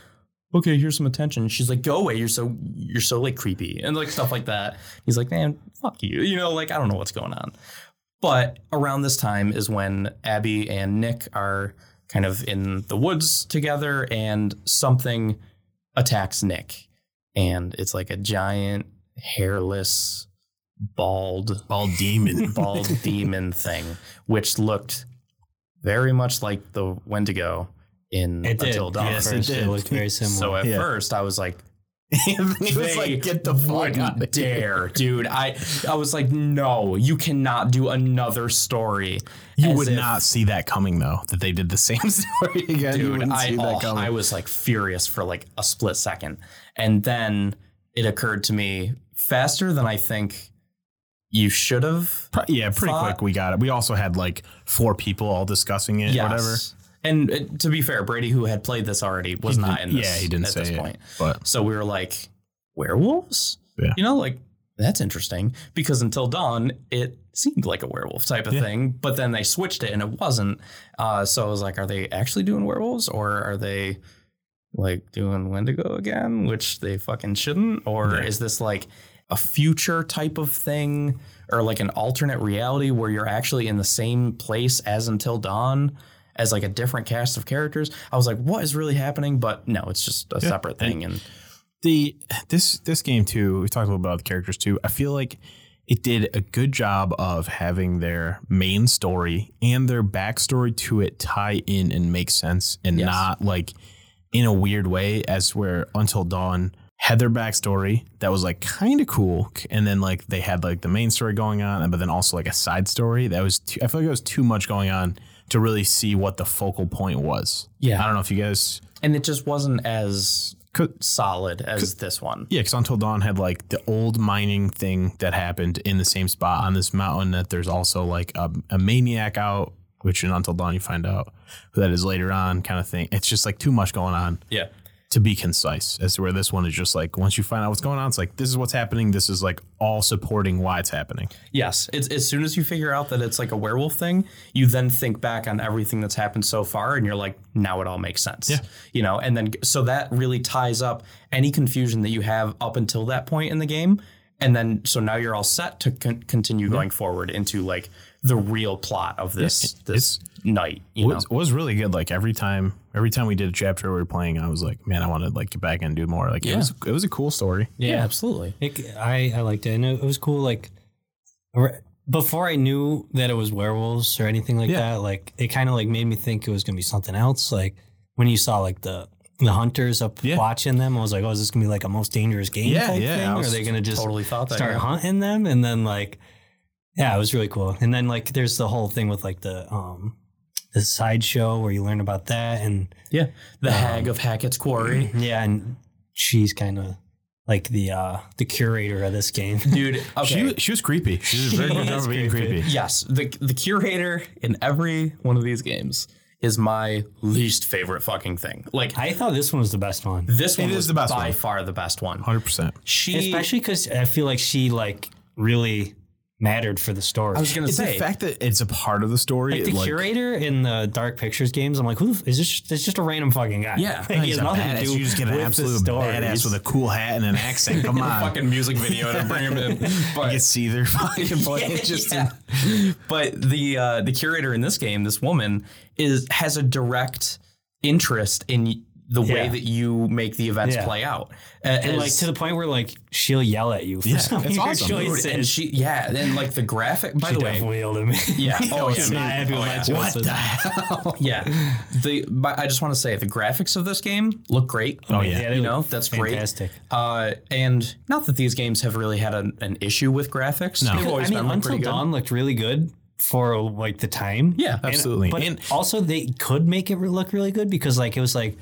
"Okay, here's some attention." She's like, "Go away, you're so you're so like creepy," and like stuff like that. He's like, "Man, fuck you," you know, like I don't know what's going on. But around this time is when Abby and Nick are kind of in the woods together, and something attacks Nick, and it's like a giant hairless, bald, Ball demon. bald demon thing, which looked very much like the Wendigo in It did. Until Dawn. Yes, it First, did. looked very similar. So at Yeah. first, I was like, Anthony They was like, "Get the fuck wouldn't out of here." dare, dude. I I was like, no, you cannot do another story. You as would if- not see that coming though. That they did the same story again. you dude. wouldn't I see oh, that coming. I was like furious for like a split second, and then it occurred to me faster than I think you should have. Pro- yeah, pretty thought- quick. We got it. We also had like four people all discussing it. Yes. Whatever. And uh, to be fair, Brady, who had played this already, was He not did- in this. yeah, he didn't at say this it. point. But So we were like, werewolves? Yeah. You know, like that's interesting because until dawn, it seemed like a werewolf type of Yeah. thing, but then they switched it and it wasn't. Uh, so I was like, are they actually doing werewolves or are they like doing Wendigo again, which they fucking shouldn't? Or Yeah. is this like a future type of thing or like an alternate reality where you're actually in the same place as until dawn? As like a different cast of characters, I was like, "What is really happening?" But no, it's just a Yeah. separate thing, and the this this game too. We talked a little about the characters too. I feel like it did a good job of having their main story and their backstory to it tie in and make sense, and Yes. not like in a weird way as where Until Dawn had their backstory that was like kind of cool, and then like they had like the main story going on, but then also like a side story that was. Too, I feel like it was too much going on to really see what the focal point was. Yeah. I don't know if you guys. and it just wasn't as Could, solid as this one. Yeah, because Until Dawn had like the old mining thing that happened in the same spot on this mountain. That there's also like a, a maniac out, which in Until Dawn you find out who that is later on, kind of thing. It's just like too much going on Yeah. to be concise. As to where this one is just like once you find out what's going on, it's like this is what's happening. This is like all supporting why it's happening. Yes. It's as soon as you figure out that it's like a werewolf thing, you then think back on everything that's happened so far and you're like, now it all makes sense. Yeah. You know, and then so that really ties up any confusion that you have up until that point in the game. And then so now you're all set to con- continue going forward into like the real plot of this this night, you know. It was really good. Like every time, every time we did a chapter we were playing, I was like, man, I want to like get back and do more. Like it was, it was a cool story. yeah. absolutely. It, I I liked it. And it, it was cool. Like re- before I knew that it was werewolves or anything like Yeah. that. Like it kind of like made me think it was gonna be something else. Like when you saw like the the hunters up Yeah. watching them, I was like, oh, is this gonna be like a most dangerous game? Yeah, type yeah, Thing? I Or was are they gonna just Totally thought that. start yeah. hunting them? And then like, yeah, it was really cool. And then like, there's the whole thing with like the um the sideshow where you learn about that and Yeah. The Um, hag of Hackett's Quarry. yeah, and she's kind of like the uh the curator of this game. Dude, okay. She, she was creepy. She did a very good She job was of being creepy. creepy. Yes, the the curator in every one of these games is my least favorite fucking thing. Like I thought this one was the best one. this one is was the best by one. far the best one. Hundred percent. She especially because I feel like she like really mattered for the story. I was gonna It's say the fact that it's a part of the story. like the like- curator in the Dark Pictures games, I'm like, who the f- is this? It's just a random fucking guy. Yeah. Like, he he's has a nothing to badass. do You just get an with the absolute stories. badass with a cool hat and an accent. Come uh, on, fucking music video to bring him in. you But see their fucking play. Yeah, It's just yeah. but the uh, the curator in this game, this woman, is has a direct interest in the way Yeah. that you make the events Yeah. play out. And like to the point where like she'll yell at you for yeah, some of it's your awesome. choices. and she yeah, and like the graphic. By She the way, definitely yelled at me. yeah, oh I was yeah. not happy with my choices. what the hell? Yeah. The but I just want to say the graphics of this game look great. Oh, yeah. they You look know, that's fantastic. great. Uh, and not that these games have really had an, an issue with graphics. No. They've always I mean, been like, Until pretty good. Dawn looked really good for like the time. Yeah. Absolutely. But and also, they could make it re- look really good because like it was like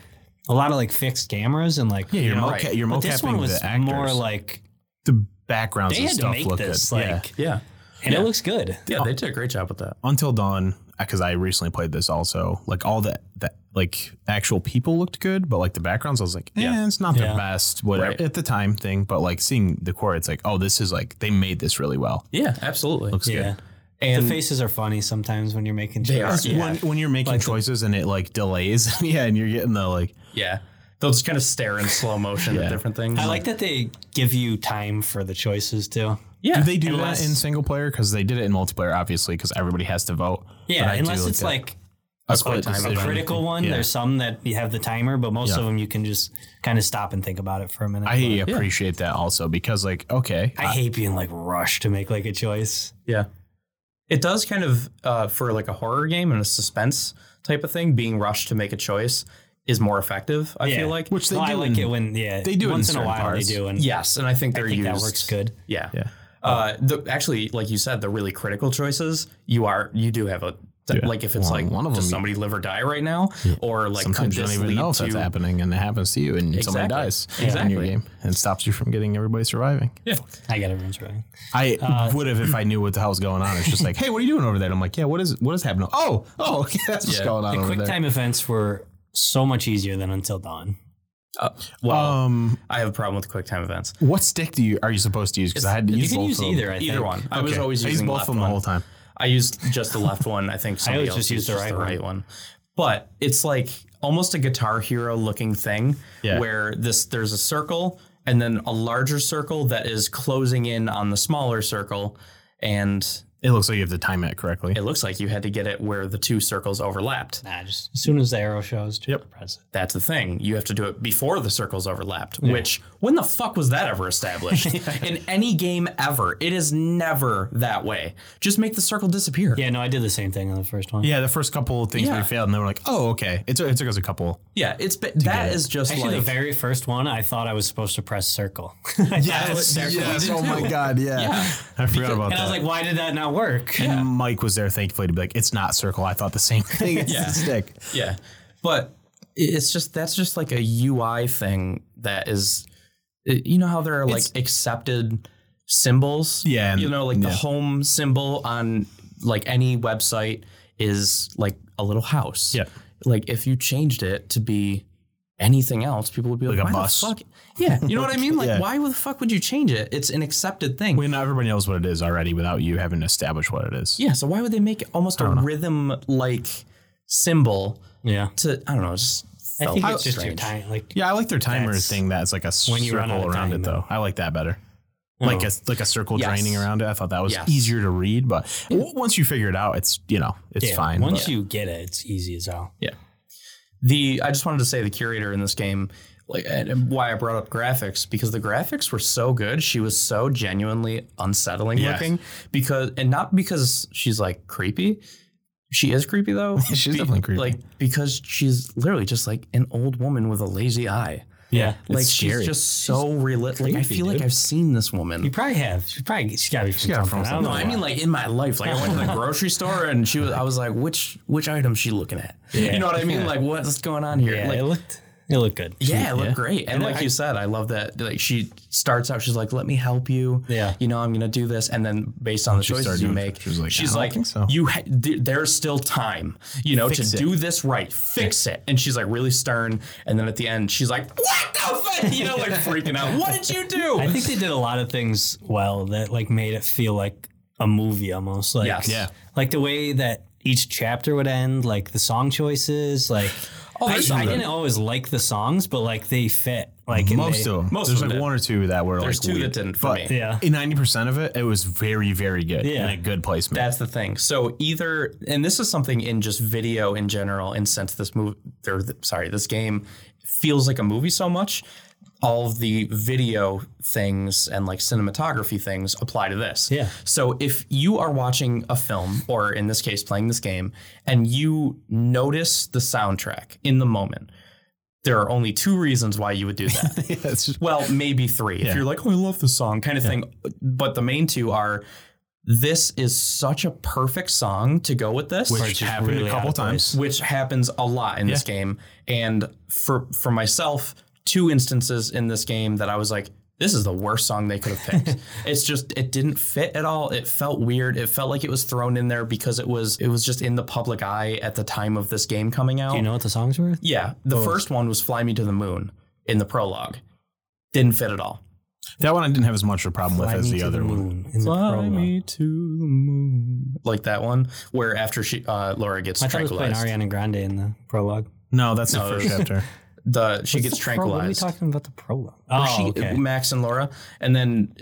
a lot of like fixed cameras and like yeah, you're Yeah, moca- right. you're But this one mocapping was the actors. more like the backgrounds they and had to stuff make look this good. Yeah. like, Yeah. and it looks good. Yeah, they did a great job with that. Until Dawn, because I recently played this also, like all the that like actual people looked good, but like the backgrounds, I was like, eh, Yeah. it's not Yeah. the best, whatever Right. at the time thing. But like seeing the core, it's like, oh, this is like they made this really well. Yeah, absolutely. Looks Yeah, good. and the faces are funny sometimes when you're making They are. choices. Yeah. When, when you're making Like the- choices and it like delays, yeah, and you're getting the like, yeah. They'll just kind of stare in slow motion at Yeah. different things. I like that they give you time for the choices too. yeah. do they do Unless- that in single player? Because they did it in multiplayer, obviously, because everybody has to vote. But Yeah, I do unless it's that. like a split a decision. decision. critical one. Yeah. There's some that you have the timer, but most Yeah. of them you can just kind of stop and think about it for a minute. I appreciate that also because like, okay, I hate being like rushed to make like a choice. Yeah. It does kind of uh, for like a horror game and a suspense type of thing, being rushed to make a choice is more effective, I Yeah. feel like. which they Well, do I like in- it when yeah they do it in once in, a certain while parts. they do and yes, and I think I they're think used that works good. Yeah. Yeah. Uh, the, actually, like you said, the really critical choices you are you do have a Yeah. like if it's Well, like one of does them- somebody live or die right now or like Sometimes could you this don't even lead know if to that's happening and it happens to you and somebody Exactly. dies in your Exactly. game and stops you from getting everybody surviving. yeah I got everyone's right. I Uh, would have if I knew what the hell was going on. It's just like, hey, what are you doing over there? And I'm like, yeah, what is what is happening? Oh, oh, okay, that's what's Yeah. going on The over quick there. time events were so much easier than Until Dawn. Uh, well Um, I have a problem with quick time events what stick do you are you supposed to use? Because I had to You use can both use of them. either. I either think. one I Okay. was always I using used both of left them one. the whole time. I used just the left one I think somebody always else just used used the right the one. right one but it's like almost a guitar hero looking thing Yeah. where this there's a circle and then a larger circle that is closing in on the smaller circle and It looks like you have to time it correctly. It looks like you had to get it where the two circles overlapped. Nah, just as soon as the arrow shows, just Yep. press it. That's the thing. You have to do it before the circles overlapped, Yeah. which when the fuck was that ever established? In any game ever. It is never that way. Just make the circle disappear. Yeah, no, I did the same thing on the first one. Yeah, the first couple of things Yeah. we failed, and they were like, "Oh, okay." It took, it took us a couple. Yeah, it's ba- that it. is just Actually, like the very first one, I thought I was supposed to press circle. Yes, yes. Oh my god, yeah. Yeah. I forgot about and I that. was like, why did that not work? and Mike was there, thankfully, to be like, "It's not circle." I thought the same thing. It's Yeah. a stick. Yeah. But it's just that's just like a UI thing that is you know how there are like accepted symbols? Yeah, and- You know, like the yeah. home symbol on like any website is like a little house. Yeah. Like if you changed it to be anything else, people would be like, Like a why bus. the fuck? Yeah. You know what I mean? Like Yeah. why the fuck would you change it? It's an accepted thing. Well, now everybody knows what it is already without you having to establish what it is. yeah, so why would they make almost a rhythm like symbol Yeah. to I don't know, it just I felt think it's just your strange. time. Like, Yeah, I like their timer That's- thing. That's like a When you run circle out of around time, it, though. I like that better. Like a like a circle Oh. Yes. draining around it. I thought that was Yes. easier to read, but w- once you figure it out, it's you know it's yeah, fine. Once but- you get it, it's easy as hell. the I just wanted to say the curator in this game, like and and why I brought up graphics because the graphics were so good. She was so genuinely unsettling Yes. looking because and not because she's like creepy. She is creepy though. She's definitely creepy. Like because she's literally just like an old woman with a lazy eye. Yeah. Like It's she's scary. just so realistic. Like I creepy, feel like dude. I've seen this woman. You probably have. She probably she got to be from got it something. from I don't No, know I why. mean like in my life. Like I went to the grocery store and she was. I was like, which which item she looking at? Yeah. You know what I mean? Like what's going on here? yeah, like, it looked it looked good. Yeah, it looked great. And, like I- you said, I love that. Like she starts out, she's like, "Let me help you." Yeah. you know, I'm gonna do this, and then based on the started choices you doing- make, she was like, "I she's don't like, think so." "You, ha- th- there's still time, you know, Fix to it. do this right. Fix it." And she's like really stern, and then at the end, she's like, "What the fuck?" You know, like freaking out. What did you do? I think they did a lot of things well that like made it feel like a movie almost. Like Yes. Yeah. Like the way that each chapter would end, like the song choices, like Oh, I, there's some I good- didn't always like the songs, but like they fit. Like and most they- of them. most There's of like them one or two that were There's like two weird. that didn't for but me. Yeah. in ninety percent of it, it was very very good. Yeah. and a good placement. That's the thing. So either, and this is something in just video in general, and since this movie, or th- sorry, this game feels like a movie so much, all of the video things and like cinematography things apply to this. Yeah. So if you are watching a film, or in this case, playing this game, and you notice the soundtrack in the moment, there are only two reasons why you would do that. Yeah, it's just- Well, maybe three. If you're like, oh, I love this song, kind of thing. But the main two are this is such a perfect song to go with this, which which, happened really a out couple of place. times. happens a lot in this game. And for for myself, two instances in this game that I was like, this is the worst song they could have picked. it's just it didn't fit at all. It felt weird. It felt like it was thrown in there because it was it was just in the public eye at the time of this game coming out. Do you know what the songs were? Yeah, the first one was "Fly Me to the Moon" in the prologue. Didn't fit at all. That one I didn't have as much of a problem with Fly as Me the to other one. Moon in the prologue. to the moon, like that one where after she uh, Laura gets I thought it was playing tranquilized, Ariana Grande in the prologue. No, that's No, the first it was- chapter. the she gets What are we tranquilized. talking about the prologue? Where Oh, she- okay. Max and Laura, and then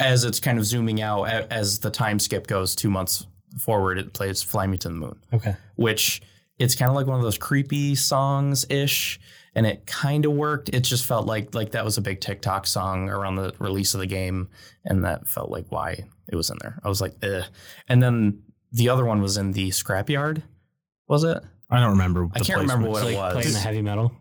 as it's kind of zooming out a- as the time skip goes two months forward, it plays "Fly Me to the Moon," Okay. which it's kind of like one of those creepy songs ish, and it kind of worked. It just felt like like that was a big TikTok song around the release of the game, and that felt like why it was in there. I was like, Ugh. and then the other one was in the scrapyard, was it? I don't remember. I can't remember placements. what it was. Playing the heavy metal.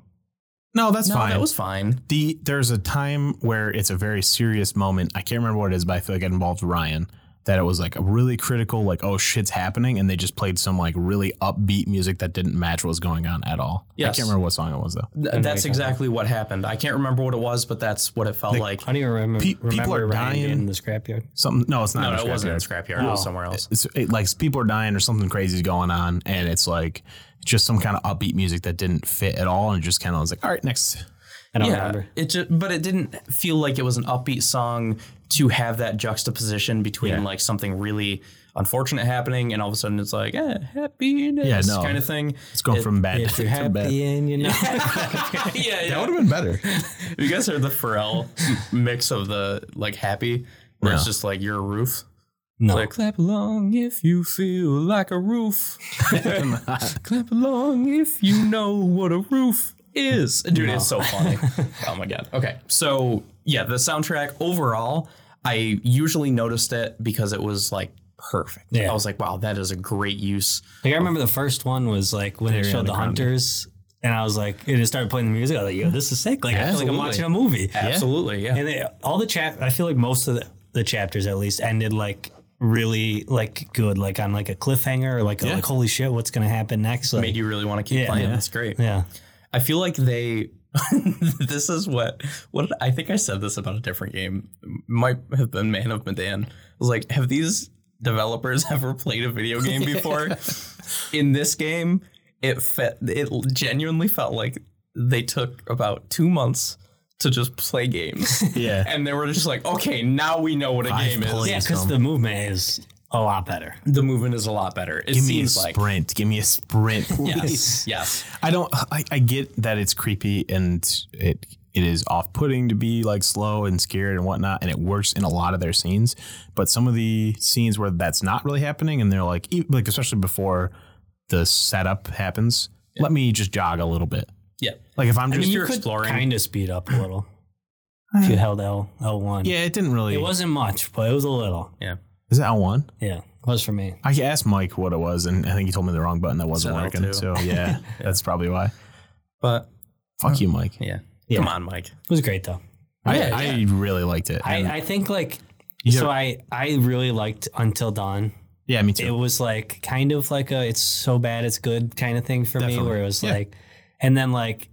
No, that's no, fine. that was fine. the there's a time where it's a very serious moment. I can't remember what it is, but I feel like it involved Ryan. That it was like a really critical, like oh shit's happening, and they just played some like really upbeat music that didn't match what was going on at all. I Yes. can't remember what song it was though. Th- know that's what you're exactly what happened. I can't remember what it was, but that's what it felt like. I don't even remember. Pe- people remember are Ryan dying. in the scrapyard. Something. No, it's not. No, in no, the it wasn't in Scrapyard. scrapyard. It was somewhere else. it's it, like people are dying or something crazy is going on, and it's like just some kind of upbeat music that didn't fit at all, and just kind of was like, all right, next. I don't remember. It just, but it didn't feel like it was an upbeat song to have that juxtaposition between Yeah. like something really unfortunate happening and all of a sudden it's like eh, happiness Yeah, no. kind of thing. It's going It- from bad If to you're bad. happy and you know. yeah, That yeah. would have been better. you guys heard the Pharrell mix of the like happy where it's No. just like your roof. No. Like, clap along if you feel like a roof. clap along if you know what a roof is. Dude, No. it's so funny. oh my god. Okay. So yeah, the soundtrack overall, I usually noticed it because it was like perfect. Yeah. I was like, wow, that is a great use. Like I remember the first one was like when it Ariana showed the Grande. hunters, and I was like, it just started playing the music. I was like, yo, this is sick. Like I feel like I'm Absolutely. watching a movie. Absolutely, yeah. And they, all the chap, I feel like most of the, the chapters at least ended like really like good, like on like a cliffhanger or like, a, Yeah. like holy shit, what's gonna happen next? Like, Made you really want to keep Yeah. playing. That's great. yeah, I feel like they. this is what what did- I think I said this about a different game. Might have been Man of Medan. I was like, have these developers ever played a video game before? In this game, it fe- it genuinely felt like they took about two months to just play games, yeah. and they were just like, okay, now we know what a Five game is. plays. yeah, Please because come. the movement is a lot better. The movement is a lot better. It Give me a seems like sprint. Give me a sprint, please. yes, yes. I don't. I, I get that it's creepy and it it is off putting to be like slow and scared and whatnot, and it works in a lot of their scenes. But some of the scenes where that's not really happening, and they're like, e- like especially before the setup happens, let me just jog a little bit. Yeah. Like if I'm mean, just you're exploring. kind of speed up a little. if you held L L one, yeah, it didn't really. it wasn't much, but it was a little. Yeah. is that one? Yeah, it was for me. I asked Mike what it was, and I think he told me the wrong button that wasn't Said working. L2. So yeah, that's probably why. But Fuck you, Mike. yeah. Yeah. Come on, Mike. It was great though. I, Yeah, I really liked it. And- I, I think like Yeah. so I I really liked Until Dawn. yeah, me It too. was like kind of like a it's so bad it's good kind of thing for me Definitely. where it was Yeah. like and then like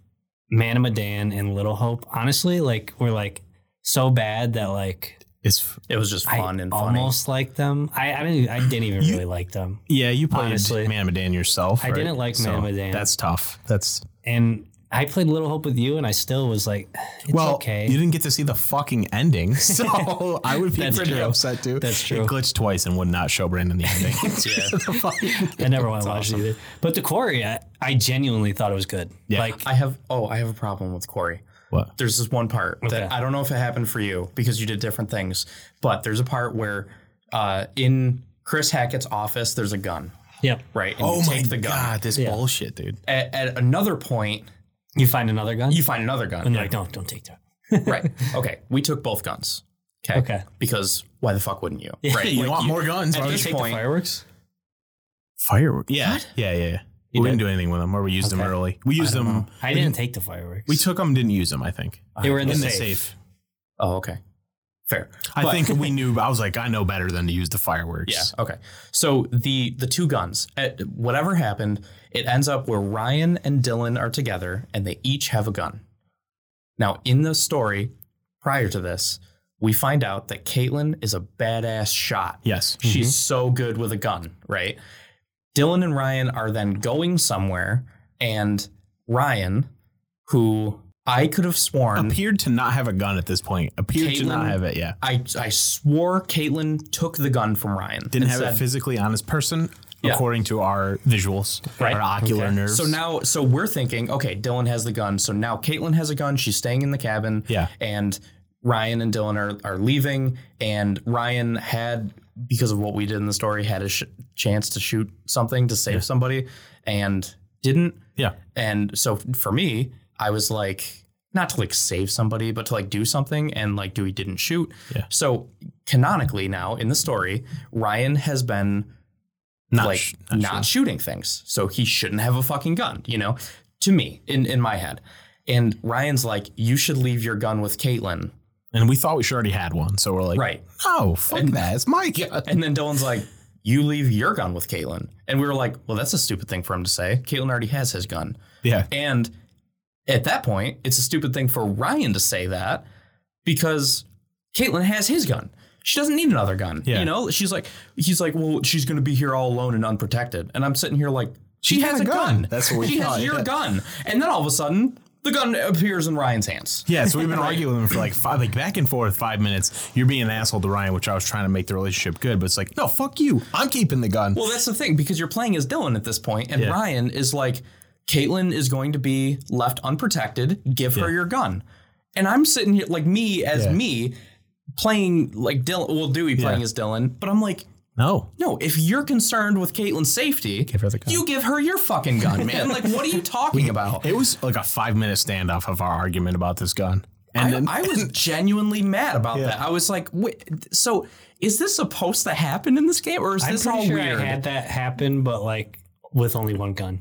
Man of Medan and Little Hope honestly like were like so bad that like It's It was just I fun and funny. almost like them. I I didn't I didn't even really like them. Yeah, you played Honestly. Man of Medan yourself. I right? Oh, didn't like Man of Medan. That's tough. That's And I played Little Hope with you and I still was like it's well, okay. you didn't get to see the fucking ending, so I would be That's pretty true. upset too. That's true. It glitched twice and would not show Brandon the ending. The fucking- I never want to watch it either. But the quarry, I, I genuinely thought it was good. Yeah. Like I have oh, I have a problem with Corey. what? There's this one part Okay. that I don't know if it happened for you because you did different things, but there's a part where uh, in Chris Hackett's office there's a gun, yep. right? And Oh you take the gun. this bullshit, dude. At, at another point, You find another gun? you find another gun. and you're like, no, don't take that. right. Okay. We took both guns. Okay. Okay. Because why the fuck wouldn't you? Right. you Like, want you- more guns? at Why would this you- take the point- fireworks? Fireworks. Yeah, yeah, yeah. yeah. We You didn't do anything with them, or we used them Okay. early. We used them. I didn't take the fireworks. We took them, didn't use them. I think They were in the in the safe. safe. Oh, okay. Fair. I But- think we knew. I was like, I know better than to use the fireworks. Yeah. Okay. So the the two guns, uh, whatever happened, it ends up where Ryan and Dylan are together, and they each have a gun. Now, in the story, prior to this, we find out that Caitlin is a badass shot. Yes. She's so good with a gun, right? Dylan and Ryan are then going somewhere, and Ryan, who I could have sworn appeared to not have a gun at this point. Appeared to Caitlyn- not have it. Yeah. I, I swore Caitlin took the gun from Ryan. Didn't and have said, it physically on his person, Yeah. according to our visuals, Right. our ocular Okay. nerves. So now, so we're thinking, okay, Dylan has the gun. So now Caitlin has a gun. She's staying in the cabin. Yeah. And Ryan and Dylan are, are leaving. And Ryan had, because of what we did in the story, had a sh- chance to shoot something to save somebody and didn't. yeah, And so for me, I was like, not to like save somebody, but to like do something. And like Dewey didn't shoot. Yeah. So canonically now in the story, Ryan has been not like sh- not, shooting things. So he shouldn't have a fucking gun, you know, to me in, in my head. And Ryan's like, you should leave your gun with Caitlin. And we thought we should already had one, so we're like, Right. Oh fuck that! It's my gun. And then Dylan's like, you leave your gun with Caitlin. And we were like, well, that's a stupid thing for him to say. Caitlin already has his gun. Yeah. And at that point, it's a stupid thing for Ryan to say that because Caitlin has his gun. She doesn't need another gun. Yeah. You know, she's like, he's like, well, she's going to be here all alone and unprotected. And I'm sitting here like, she, has a gun. That's what we she thought, has your yeah. gun. And then all of a sudden, the gun appears in Ryan's hands. Yeah, so we've been arguing with him for like five, like back and forth five minutes. You're being an asshole to Ryan, which I was trying to make the relationship good, but it's like, no, fuck you. I'm keeping the gun. Well, that's the thing because you're playing as Dylan at this point, and Yeah. Ryan is like, Caitlyn is going to be left unprotected. Give her your gun. And I'm sitting here, like me as Yeah. me, playing like Dylan. Well, Dewey playing as Dylan, but I'm like, No. No, if you're concerned with Caitlyn's safety, Give her the gun. you give her your fucking gun, man. like, what are you talking about? It was like a five minute standoff of our argument about this gun. And I, then I was genuinely mad about Yeah. that. I was like, wait, so is this supposed to happen in this game, or is I'm this pretty all sure weird? I had that happen, but like with only one gun.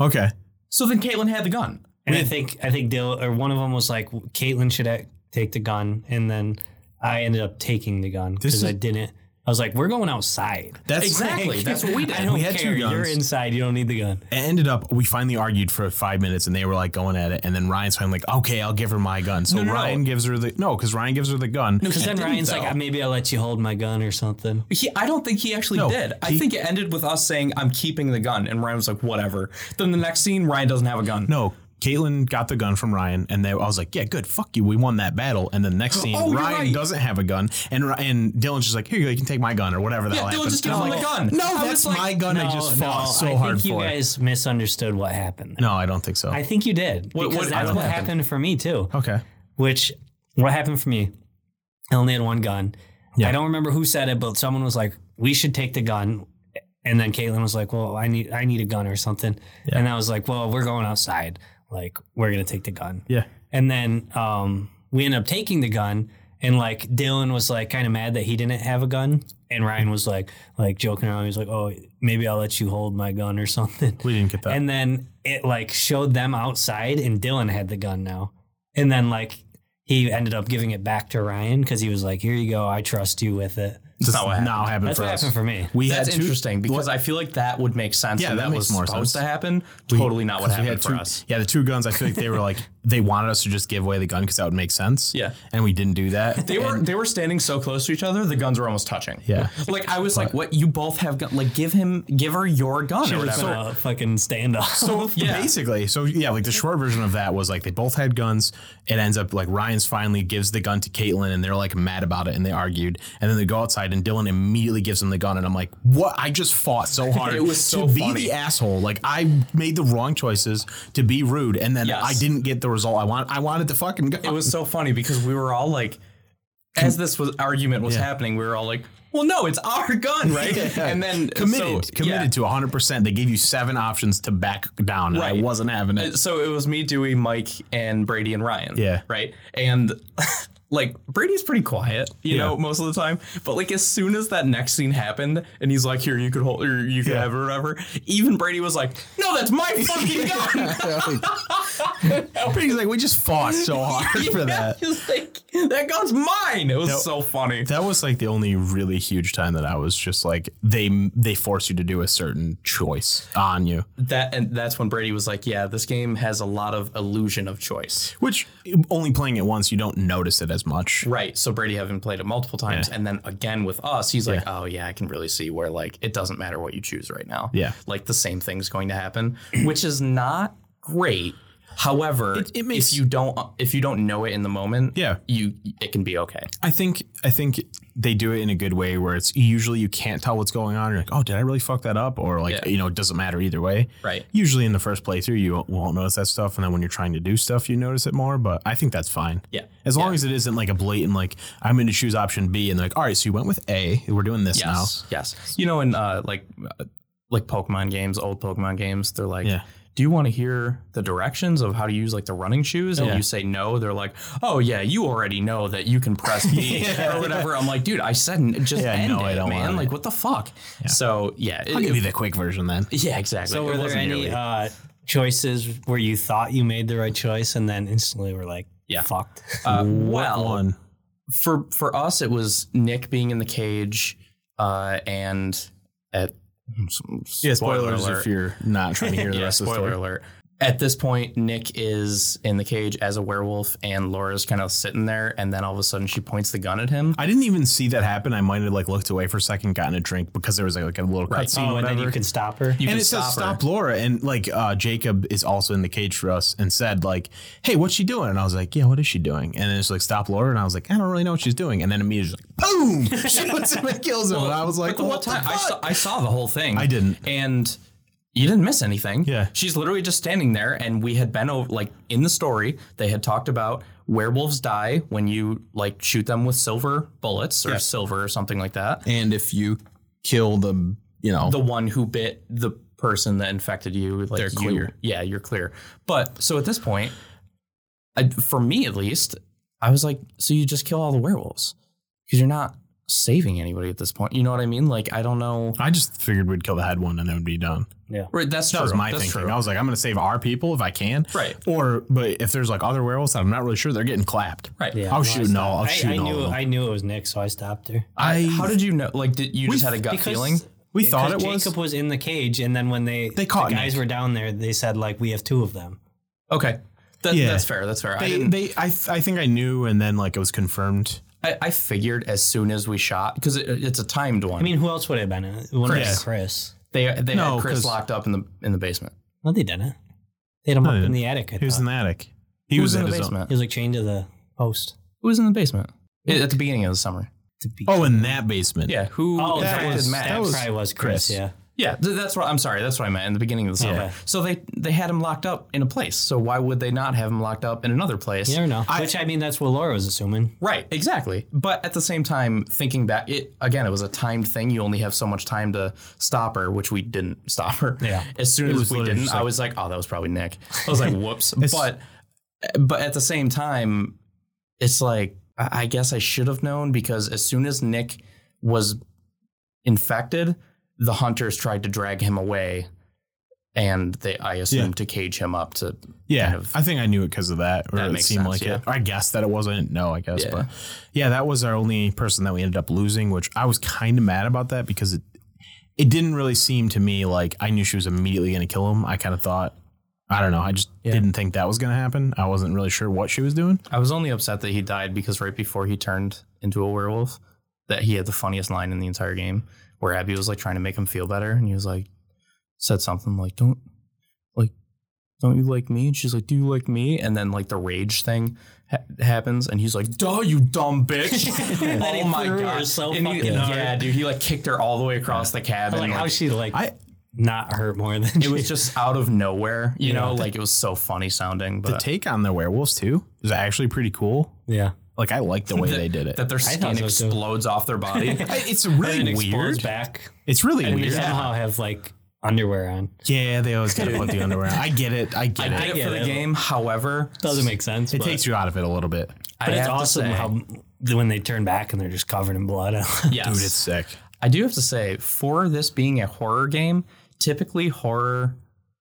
Okay. so then Caitlyn had the gun. And I think I think Dil or one of them was like Caitlin should act- take the gun, and then I ended up taking the gun This because is- I didn't. I was like, we're going outside. That's Exactly. That's what we did. I don't We had two care. You're guns. inside. You don't need the gun. It ended up we finally argued for five minutes and they were like going at it and then Ryan's finally like, Okay, I'll give her my gun. So No, no, no. Ryan gives her the no, because Ryan gives her the gun. Because then didn't, Ryan's though. like, "Ah, maybe I'll let you hold my gun or something. He, I don't think he actually No, did. I he- think it ended with us saying, "I'm keeping the gun," and Ryan was like, "Whatever." Then the next scene, Ryan doesn't have a gun. No, Caitlin got the gun from Ryan, and they, I was like, "Yeah, good, fuck you, we won that battle." And the next scene, Oh, you're Ryan right. doesn't have a gun, and Ri- and Dylan's just like, "Here, you can take my gun or whatever." Yeah, that Dylan just gives him the gun. No, I that's was like, my gun. I just fought so I think hard you for. guys misunderstood what happened. no, I don't think so. I think you did What- because what- that's what what happened? happened? for me too. okay, Which what happened for me? I only had one gun. Yeah. I don't remember who said it, but someone was like, "We should take the gun," and then Caitlin was like, "Well, I need I need a gun or something," and I was like, "Well, we're going outside. Like, we're gonna take the gun." yeah, And then um, we ended up taking the gun. And like Dylan was like kind of mad that he didn't have a gun, and Ryan was like like joking around. He was like, "Oh, maybe I'll let you hold my gun or something." we didn't get that. And then it like showed them outside, and Dylan had the gun now. And then like he ended up giving it back to Ryan because he was like, "Here you go, I trust you with it." Just not what happened. now happened That's for what us. happened for me. we That's had two, interesting because I feel like that would make sense. Yeah, when that was makes more supposed sense. to happen. Totally not what we happened had for two, us. Yeah, the two guns. I feel like they were like they wanted us to just give away the gun because that would make sense. Yeah. and we didn't do that. They were they were standing so close to each other, the guns were almost touching. Yeah. like I was like, "What? You both have gun? Like, give him, give her your gun or whatever." So uh, fucking standoff. So Yeah. basically, so yeah, like the short version of that was like they both had guns. It ends up like Ryan's finally gives the gun to Caitlin, and they're like mad about it, and they argued, and then they go outside, and Dylan immediately gives him the gun, and I'm like, what? I just fought so hard. It was so to be funny. the asshole. Like I made the wrong choices to be rude, and then Yes. I didn't get the result I want. I wanted the fucking gun. it was so funny because we were all like, as this was argument was Yeah. happening, we were all like, "Well, no, it's our gun, right?" And then committed, so, committed to 100. percent They gave you seven options to back down, and I Right. wasn't having yeah. it. So it was me, Dewey, Mike, and Brady and Ryan. Yeah. right. And like Brady's pretty quiet, you know, most of the time. But like as soon as that next scene happened, and he's like, "Here, you could hold, or you could Yeah. have, it," or whatever." Even Brady was like, "No, that's my fucking gun." He's like, we just fought so hard for that. It's like, that gun's mine. It was so funny. That was like the only really huge time that I was just like they they force you to do a certain choice on you, That and that's when Brady was like, "Yeah, this game has a lot of illusion of choice." which only playing it once you don't notice it as much. Right. So Brady having played it multiple times, and then again with us, he's like, "Oh yeah, I can really see where like it doesn't matter what you choose right now. Yeah. like the same thing's going to happen, which is not great." However, It- it makes- if you don't if you don't know it in the moment, Yeah. you it can be okay. I think I think they do it in a good way where it's usually you can't tell what's going on. You're like, oh, did I really fuck that up? Or like, Yeah. you know, it doesn't matter either way. Right. Usually in the first playthrough, you won't notice that stuff, and then when you're trying to do stuff, you notice it more. But I think that's fine. Yeah. As long as it isn't like a blatant like I'm going to choose option B, and they're like, all right, so you went with A. We're doing this now. Yes, yes. You know, in uh, like uh, like Pokemon games, old Pokemon games, they're like, Yeah. "Do you want to hear the directions of how to use like the running shoes?" And you say no, they're like, "Oh yeah, you already know that you can press B or whatever." I'm like, "Dude, I said n- just Yeah, end no, I it, don't want man. it. Like, what the fuck?" So yeah, it- I'll give you the quick version then. yeah, exactly. So It were there wasn't any nearly- uh, choices where you thought you made the right choice and then instantly were like, Yeah. fucked? uh, well, One. for for us, it was Nick being in the cage, uh, and at Yeah, spoilers if you're not trying to hear the yeah, rest of the spoiler story. alert. At this point, Nick is in the cage as a werewolf, and Laura's kind of sitting there, and then all of a sudden she points the gun at him. I didn't even see that happen. I might have like looked away for a second, gotten a drink because there was like, a little cutscene, oh, and whatever. then you can stop her. You and can it says her. stop Laura, and like uh, Jacob is also in the cage for us, and said like, "Hey, what's she doing?" And I was like, "Yeah, what is she doing?" And then it's like stop Laura, and I was like, "I don't really know what she's doing." And then immediately, just like, boom, shoots him and kills him, and I was like, But the one "What the time I fuck?" saw, I saw the whole thing. I didn't. and you didn't miss anything. Yeah. she's literally just standing there, and we had been over like in the story they had talked about werewolves die when you like shoot them with silver bullets or silver or something like that. And if you kill the you know the one who bit the person that infected you. Like They're you- clear. yeah, you're clear. But so at this point, I, for me at least, I was like, so you just kill all the werewolves because you're not saving anybody at this point. You know what I mean? Like I don't know. I just figured we'd kill the head one and it would be done. Right, that's That was true. my That's thinking. true. I was like, I'm going to save our people if I can. Right. Or, but if there's like other werewolves that I'm not really sure, they're getting clapped. Right. I was shooting all. I was I, shooting I all. knew of them. I knew it was Nick, so I stopped her. I, I- how did you know? Like, did you just had a gut because- feeling? we Yeah, thought 'cause it was. Jacob was in the cage, and then when they They caught the guys Nick. were down there, they said like we have two of them. Okay, That- Yeah. that's fair. That's fair. I They, didn't. they, I, th- I think I knew, and then like it was confirmed. I, I figured as soon as we shot because it, it's a timed one. I mean, who else would it have been? It would have been Chris. Chris. they they No, had Chris 'cause- locked up in the in the basement. No, they didn't. They had him No, up they in didn't. the attic. I He was thought. in the attic. He Who was, Uh, in at the his own. basement? he was like chained to the post. Who was in the basement I- at the beginning of the summer? To be Oh, in that basement. Yeah, who Oh, that infected was Max? that was probably was Chris. Chris. Yeah, yeah, th- that's what I'm sorry. That's what I meant in the beginning of the summer. Okay. So they they had him locked up in a place. So why would they not have him locked up in another place? you never know. I- Which I mean, that's what Laura was assuming. Right, exactly. But at the same time, thinking back, it again, it was a timed thing. You only have so much time to stop her, which we didn't stop her. Yeah. As soon It as was we literally didn't, just I like- was like, oh, that was probably Nick. I was like, whoops. but but at the same time, it's like I I guess I should have known because as soon as Nick was infected, the hunters tried to drag him away, and they I assume to cage him up to Yeah, kind of- I think I knew it because of that, or That it makes seemed sense, like yeah. it. I guess that it wasn't. No, I guess, Yeah. but yeah, that was our only person that we ended up losing, which I was kind of mad about that because it it didn't really seem to me like I knew she was immediately going to kill him. I kind of thought, I don't know, I just didn't think that was going to happen. I wasn't really sure what she was doing. I was only upset that he died because right before he turned into a werewolf, that he had the funniest line in the entire game, where Abby was like trying to make him feel better, and he was like, said something like, "Don't, like, don't you like me?" And she's like, "Do you like me?" And then like the rage thing ha- happens, and he's like, "Duh, you dumb bitch!" And then oh he my threw her god! so And he- fucking yeah. hard. dude, he like kicked her all the way across the cabin. Like, like, how she like I not hurt more than it was just out of nowhere, you Yeah. know? Like it was so funny sounding, the but take on the werewolves too is actually pretty cool. yeah. Like I like the way The- they did it. that their skin thought so, too. explodes off their body. I- it's And really it explodes weird. back, It's really and they weird. somehow have like underwear on. Yeah, they always gotta put the underwear. on. I get it. I get I it. get it get for the it. game. However, Doesn't make sense. It but, takes you out of it a little bit. I but it's have to awesome say- how when they turn back and they're just covered in blood. yes, Dude, it's sick. I do have to say for this being a horror game, typically horror,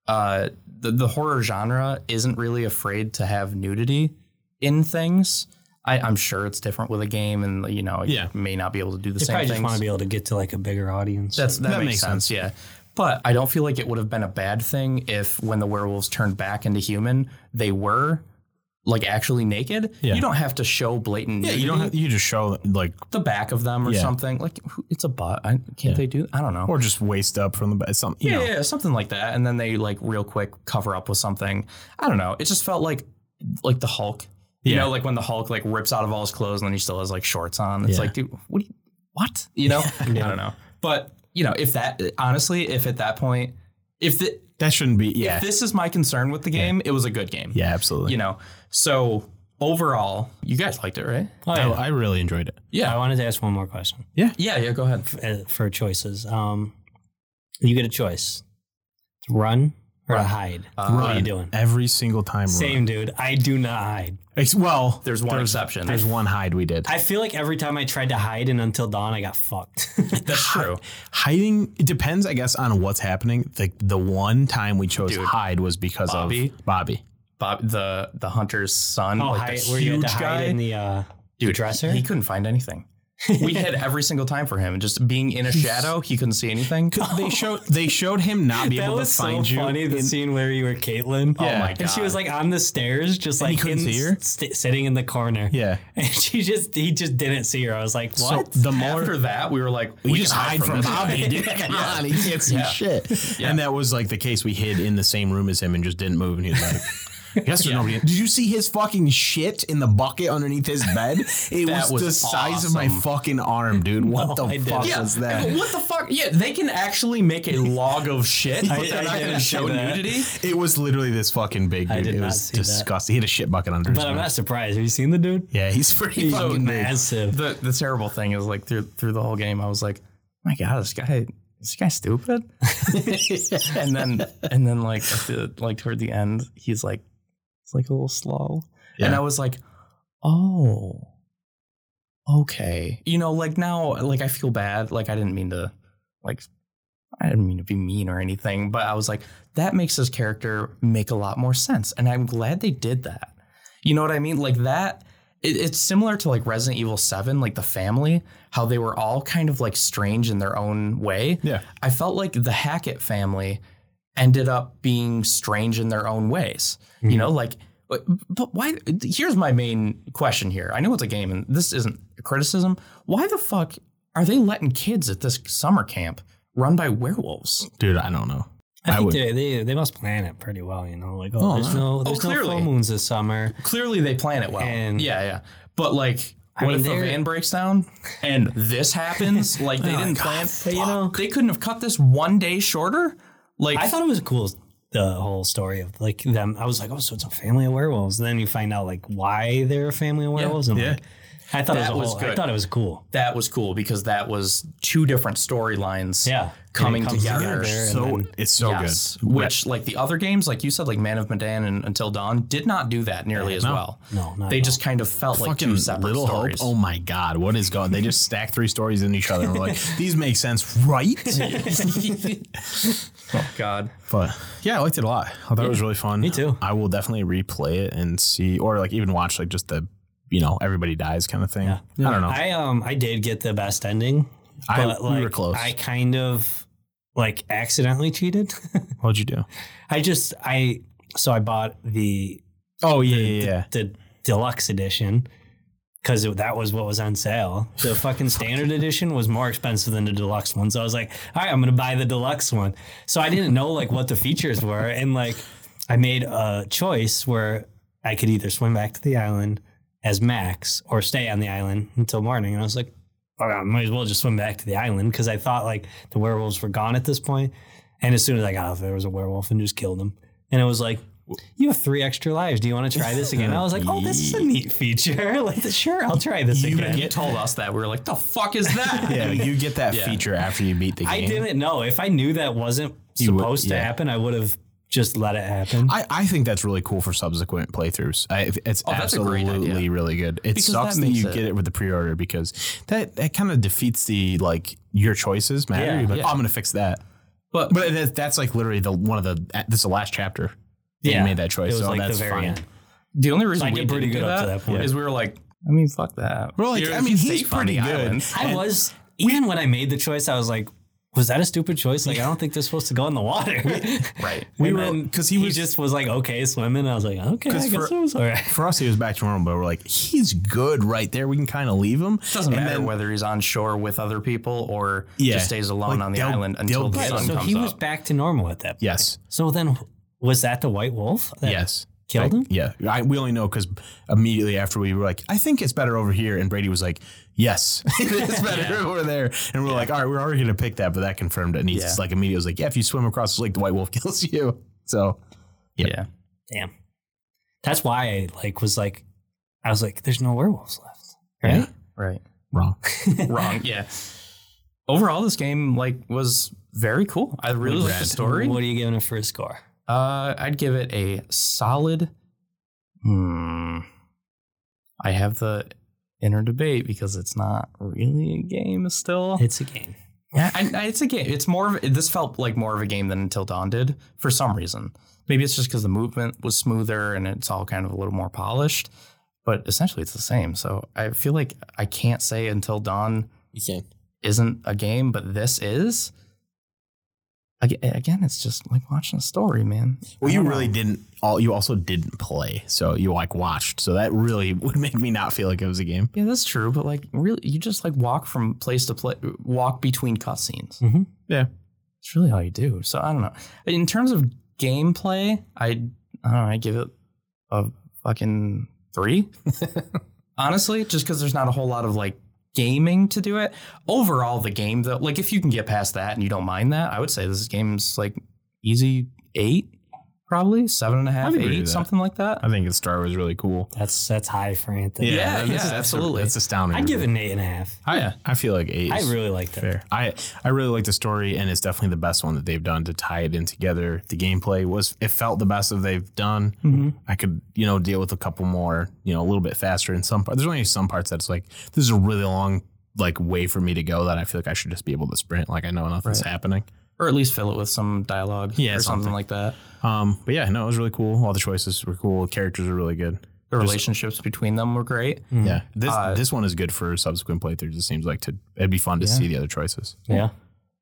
uh, the, the horror genre isn't really afraid to have nudity in things. I, I'm sure it's different with a game, and you know, it Yeah. may not be able to do the They same probably things. just want to be able to get to like a bigger audience. That's that, That makes, makes sense. Yeah. But I don't feel like it would have been a bad thing if when the werewolves turned back into human, they were like actually naked. Yeah. You don't have to show blatant Yeah, nudity. you don't. Have, you just show like, the back of them or Yeah. something. Like who- it's a butt. I, can't they do? I don't know. or just waist up from the back. Some, you yeah, know, yeah, yeah, something like that. And then they like real quick cover up with something. I don't know. It just felt like like the Hulk. You Yeah. know, like when the Hulk like rips out of all his clothes and then he still has like shorts on. It's Yeah. like, dude, what? do you- what? You know? I don't know. But you know, if that honestly, if at that point, if the, that shouldn't be. Yeah, if this is my concern with the game, it was a good game. yeah, absolutely. You know. So overall, you guys liked it, right? oh, yeah. I, I really enjoyed it. I wanted to ask one more question Yeah. Yeah. Go ahead. uh, for choices. Um, you get a choice to run or to hide. Uh, What are you doing? every single time. Same, dude. I do not hide. Run. Ex- Well, There's one exception. There's one hide we did. I feel like every time I tried to hide in Until Dawn, I got fucked. That's true. Hiding it depends, I guess, on what's happening. The the one time we chose Dude. hide was because Bobby? of Bobby. Bob, the the hunter's son, oh, like hide, the where you had huge to hide guy, in the uh, Dude, dresser? He couldn't find anything. We hit every single time for him. Just being in a shadow, he couldn't see anything. They showed they showed him not be that able to was so find you. funny. The in- scene where you were Caitlyn. Oh my And she God. was like on the stairs, just he like in, couldn't see her? st- sitting in the corner. yeah. And she just, he just didn't see her. I was like, So what? the more After that, we were like, You we just can hide, from, this. Bobby, dude. Come on, he can't see Yeah. shit. Yeah. And that was like the case. We hid in the same room as him and just didn't move. And he was like, "Yes, there's nobody." in- Did you see his fucking shit in the bucket underneath his bed? It That was was, the size of my awesome. fucking arm, dude. What No, Oh, the I didn't. fuck Yeah, was that? but What the fuck? Yeah, they can actually make a log of shit, but they're I not going didn't to see show that. nudity. It was literally this fucking big dude. did It not was see that. disgusting. He had a shit bucket under his But I'm mouth. not surprised. Have you seen the dude? Yeah, he's pretty He's fucking big. massive. The the terrible thing is like through through the whole game, I was like, my god, this guy, is this guy stupid? and then and then like at the, like toward the end, he's like, it's like a little slow, and Yeah. I was like, oh, okay, you know, like now, like I feel bad, like I didn't mean to, like. I didn't mean to be mean or anything, but I was like, that makes his character make a lot more sense. And I'm glad they did that. You know what I mean? Like that, it, it's similar to like Resident Evil 7, like the family, how they were all kind of like strange in their own way. Yeah. I felt like the Hackett family ended up being strange in their own ways. You Mhm. know, like, but, but why? Here's my main question here. I know it's a game and this isn't a criticism. Why the fuck are they letting kids at this summer camp run by werewolves? Dude, I don't know. I I think would- they, they they must plan it pretty well, you know. Like, Oh, oh, there's no. no there's no full clearly. moons this summer. Clearly they plan it well. And- yeah, yeah. But like, I what mean, if the they're- van breaks down and this happens? Like they Oh, didn't God, plan. But, you know, They couldn't have cut this one day shorter. Like I thought it was cool the whole story of like them. I was like, oh, so it's a family of werewolves. And then you find out like why they're a family of werewolves. and I'm yeah. like, I thought That it was, a was whole, I good. thought it was cool. that was cool because that was two different storylines. Yeah, Coming And it comes together. and So then- it's so yes, good. Which, like the other games, like you said, like Man of Medan and Until Dawn, did not do that nearly as No. well. no, not They at all. just kind of felt like fucking two separate Little stories. Hope. Oh my God, what is going? They just stack three stories in each other. And we're like, these make sense, right? oh God! but yeah, I liked it a lot. I thought it was really fun. Me too. I will definitely replay it and see, or like even watch like just the, you know, everybody dies kind of thing. Yeah. I don't know. I um I did get the best ending, I- but we like were close. I kind of like accidentally cheated. What'd you do? I just I so I bought the Oh yeah, the, yeah, yeah. the deluxe edition because that was what was on sale. The fucking standard edition was more expensive than the deluxe one. So I was like, all right, I'm gonna buy the deluxe one. So I didn't know like what the features were, and like I made a choice where I could either swim back to the island as Max or stay on the island until morning. And I was like, all right, I might as well just swim back to the island because I thought like the werewolves were gone at this point. And as soon as I got off, there was a werewolf and just killed him. And it was like, you have three extra lives. Do you want to try this again? I was like, oh, this is a neat feature. Like, sure, I'll try this You again. told us that we were like, the fuck is that? Yeah, you get that feature after you beat the game. I didn't know. If I knew that wasn't You would- supposed yeah. to happen, I would have just let it happen. I, I think that's really cool for subsequent playthroughs. I, it's Oh, that's a great absolutely idea. really good. It Because sucks that that, makes you it- get it with the pre-order because that that kind of defeats the like your choices matter. Yeah, You're like, yeah. "Oh, I'm gonna fix that, But but that, that's like literally the one of the this is the last chapter. that you Yeah. made that choice, It was so like the that's very fine. end. the only reason I we did pretty didn't good do up to that point. is we were like, I mean, fuck that. We're like, You're I mean, he's safe on pretty the good. island. I was even when I made the choice, I was like, was that a stupid choice? Like, I don't think they're supposed to go in the water. Right. We And were then- because he, was, just was like okay swimming. I was like okay, I 'Cause guess for- it was all right. For us, he was back to normal, but we're like, he's good right there. We can kind of leave him. Doesn't And matter then- whether he's on shore with other people or Yeah. just stays alone Like, on the they'll- island until they'll the get sun him. So comes he was up. back to normal at that. point. Yes. So then was that the White Wolf? That Yes. Killed him. Yeah, I, we only know because immediately after we were like, I think it's better over here, and Brady was like, Yes, it's better over there, and we're like, All right, we're already gonna pick that, but that confirmed it. And he's Yeah. like, immediately was like, Yeah, if you swim across the lake, the white wolf kills you. So Yeah. Damn. That's why I like was like, I was like, there's no werewolves left, right? Yeah. Right. wrong. Wrong. Yeah. Overall, this game like was very cool. I really like the story. What are you giving it for a score? Uh, I'd give it a solid. Hmm. I have the inner debate because it's not really a game Oh. still. It's a game. Yeah, I, I, it's a game. It's more of this felt like more of a game than Until Dawn did for some reason. Maybe it's just because the movement was smoother and it's all kind of a little more polished. But essentially, it's the same. So I feel like I can't say Until Dawn You can. isn't a game, but this is. Aga- Again, it's just like watching a story, man. Well, I you don't really know. didn't. All you also didn't play, so you like watched. So that really would make me not feel like it was a game. Yeah, that's true. But like, really, you just like walk from place to place, walk between cutscenes. Mhm. Mm-hmm. Yeah. it's really all you do. So I don't know. In terms of gameplay, I I don't know. I give it a fucking three. Honestly, just because there's not a whole lot of like gaming to do it. Overall, the game though, like if you can get past that and you don't mind that, I would say this game's like easy eight probably seven and a half, I'd agree eight, with that. something like that. I think Star Wars really cool. That's that's high for Anthony. Yeah, yeah, absolutely. It's astounding. I'd give it an eight and a half. Oh, yeah. I feel like eight. I is really like that. fair. I I really like the story, and it's definitely the best one that they've done to tie it in together. The gameplay was it felt the best that they've done. Mm-hmm. I could you know deal with a couple more, you know, a little bit faster in some parts. There's only some parts that's like this is a really long like way for me to go that I feel like I should just be able to sprint. Like I know nothing's happening. Or at least fill it with some dialogue Yeah, or something, something. like that. Um, but yeah, no, it was really cool. All the choices were cool. Characters are really good. The relationships between them were great. Yeah, this Uh, this one is good for subsequent playthroughs. It seems like to it'd be fun to see the other choices. Yeah.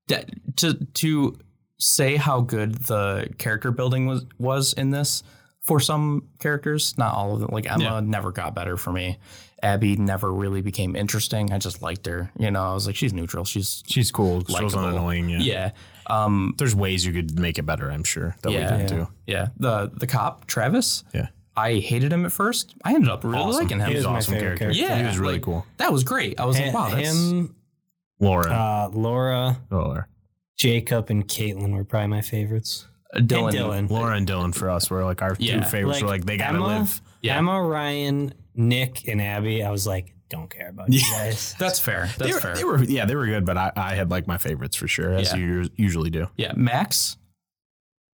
that- to to say how good the character building was was in this for some characters, not all of them. Like Emma Yeah. never got better for me. Abby never really became interesting. I just liked her. You know, I was like, she's neutral. She's She's cool. She's not Likeable. annoying. Yeah. yeah, um, there's ways you could make it better. I'm sure that Yeah. we can do. yeah. The the cop Travis. Yeah, I hated him at first. I ended up really liking him. He was my awesome favorite character. character. Yeah, he was really like, cool. That was great. I was like, wow, that's him, Laura, uh, Laura, Laura, Jacob, and Caitlin were probably my favorites. Dylan. And Dylan. Laura and Dylan for us were like our Yeah. two favorites. we're like they gotta Emma, live. Yeah. Emma, Ryan, Nick, and Abby. I was like, don't care about you guys. That's fair. That's they were, fair. They were yeah, they were good, but I, I had like my favorites for sure, as Yeah. you usually do. yeah, Max.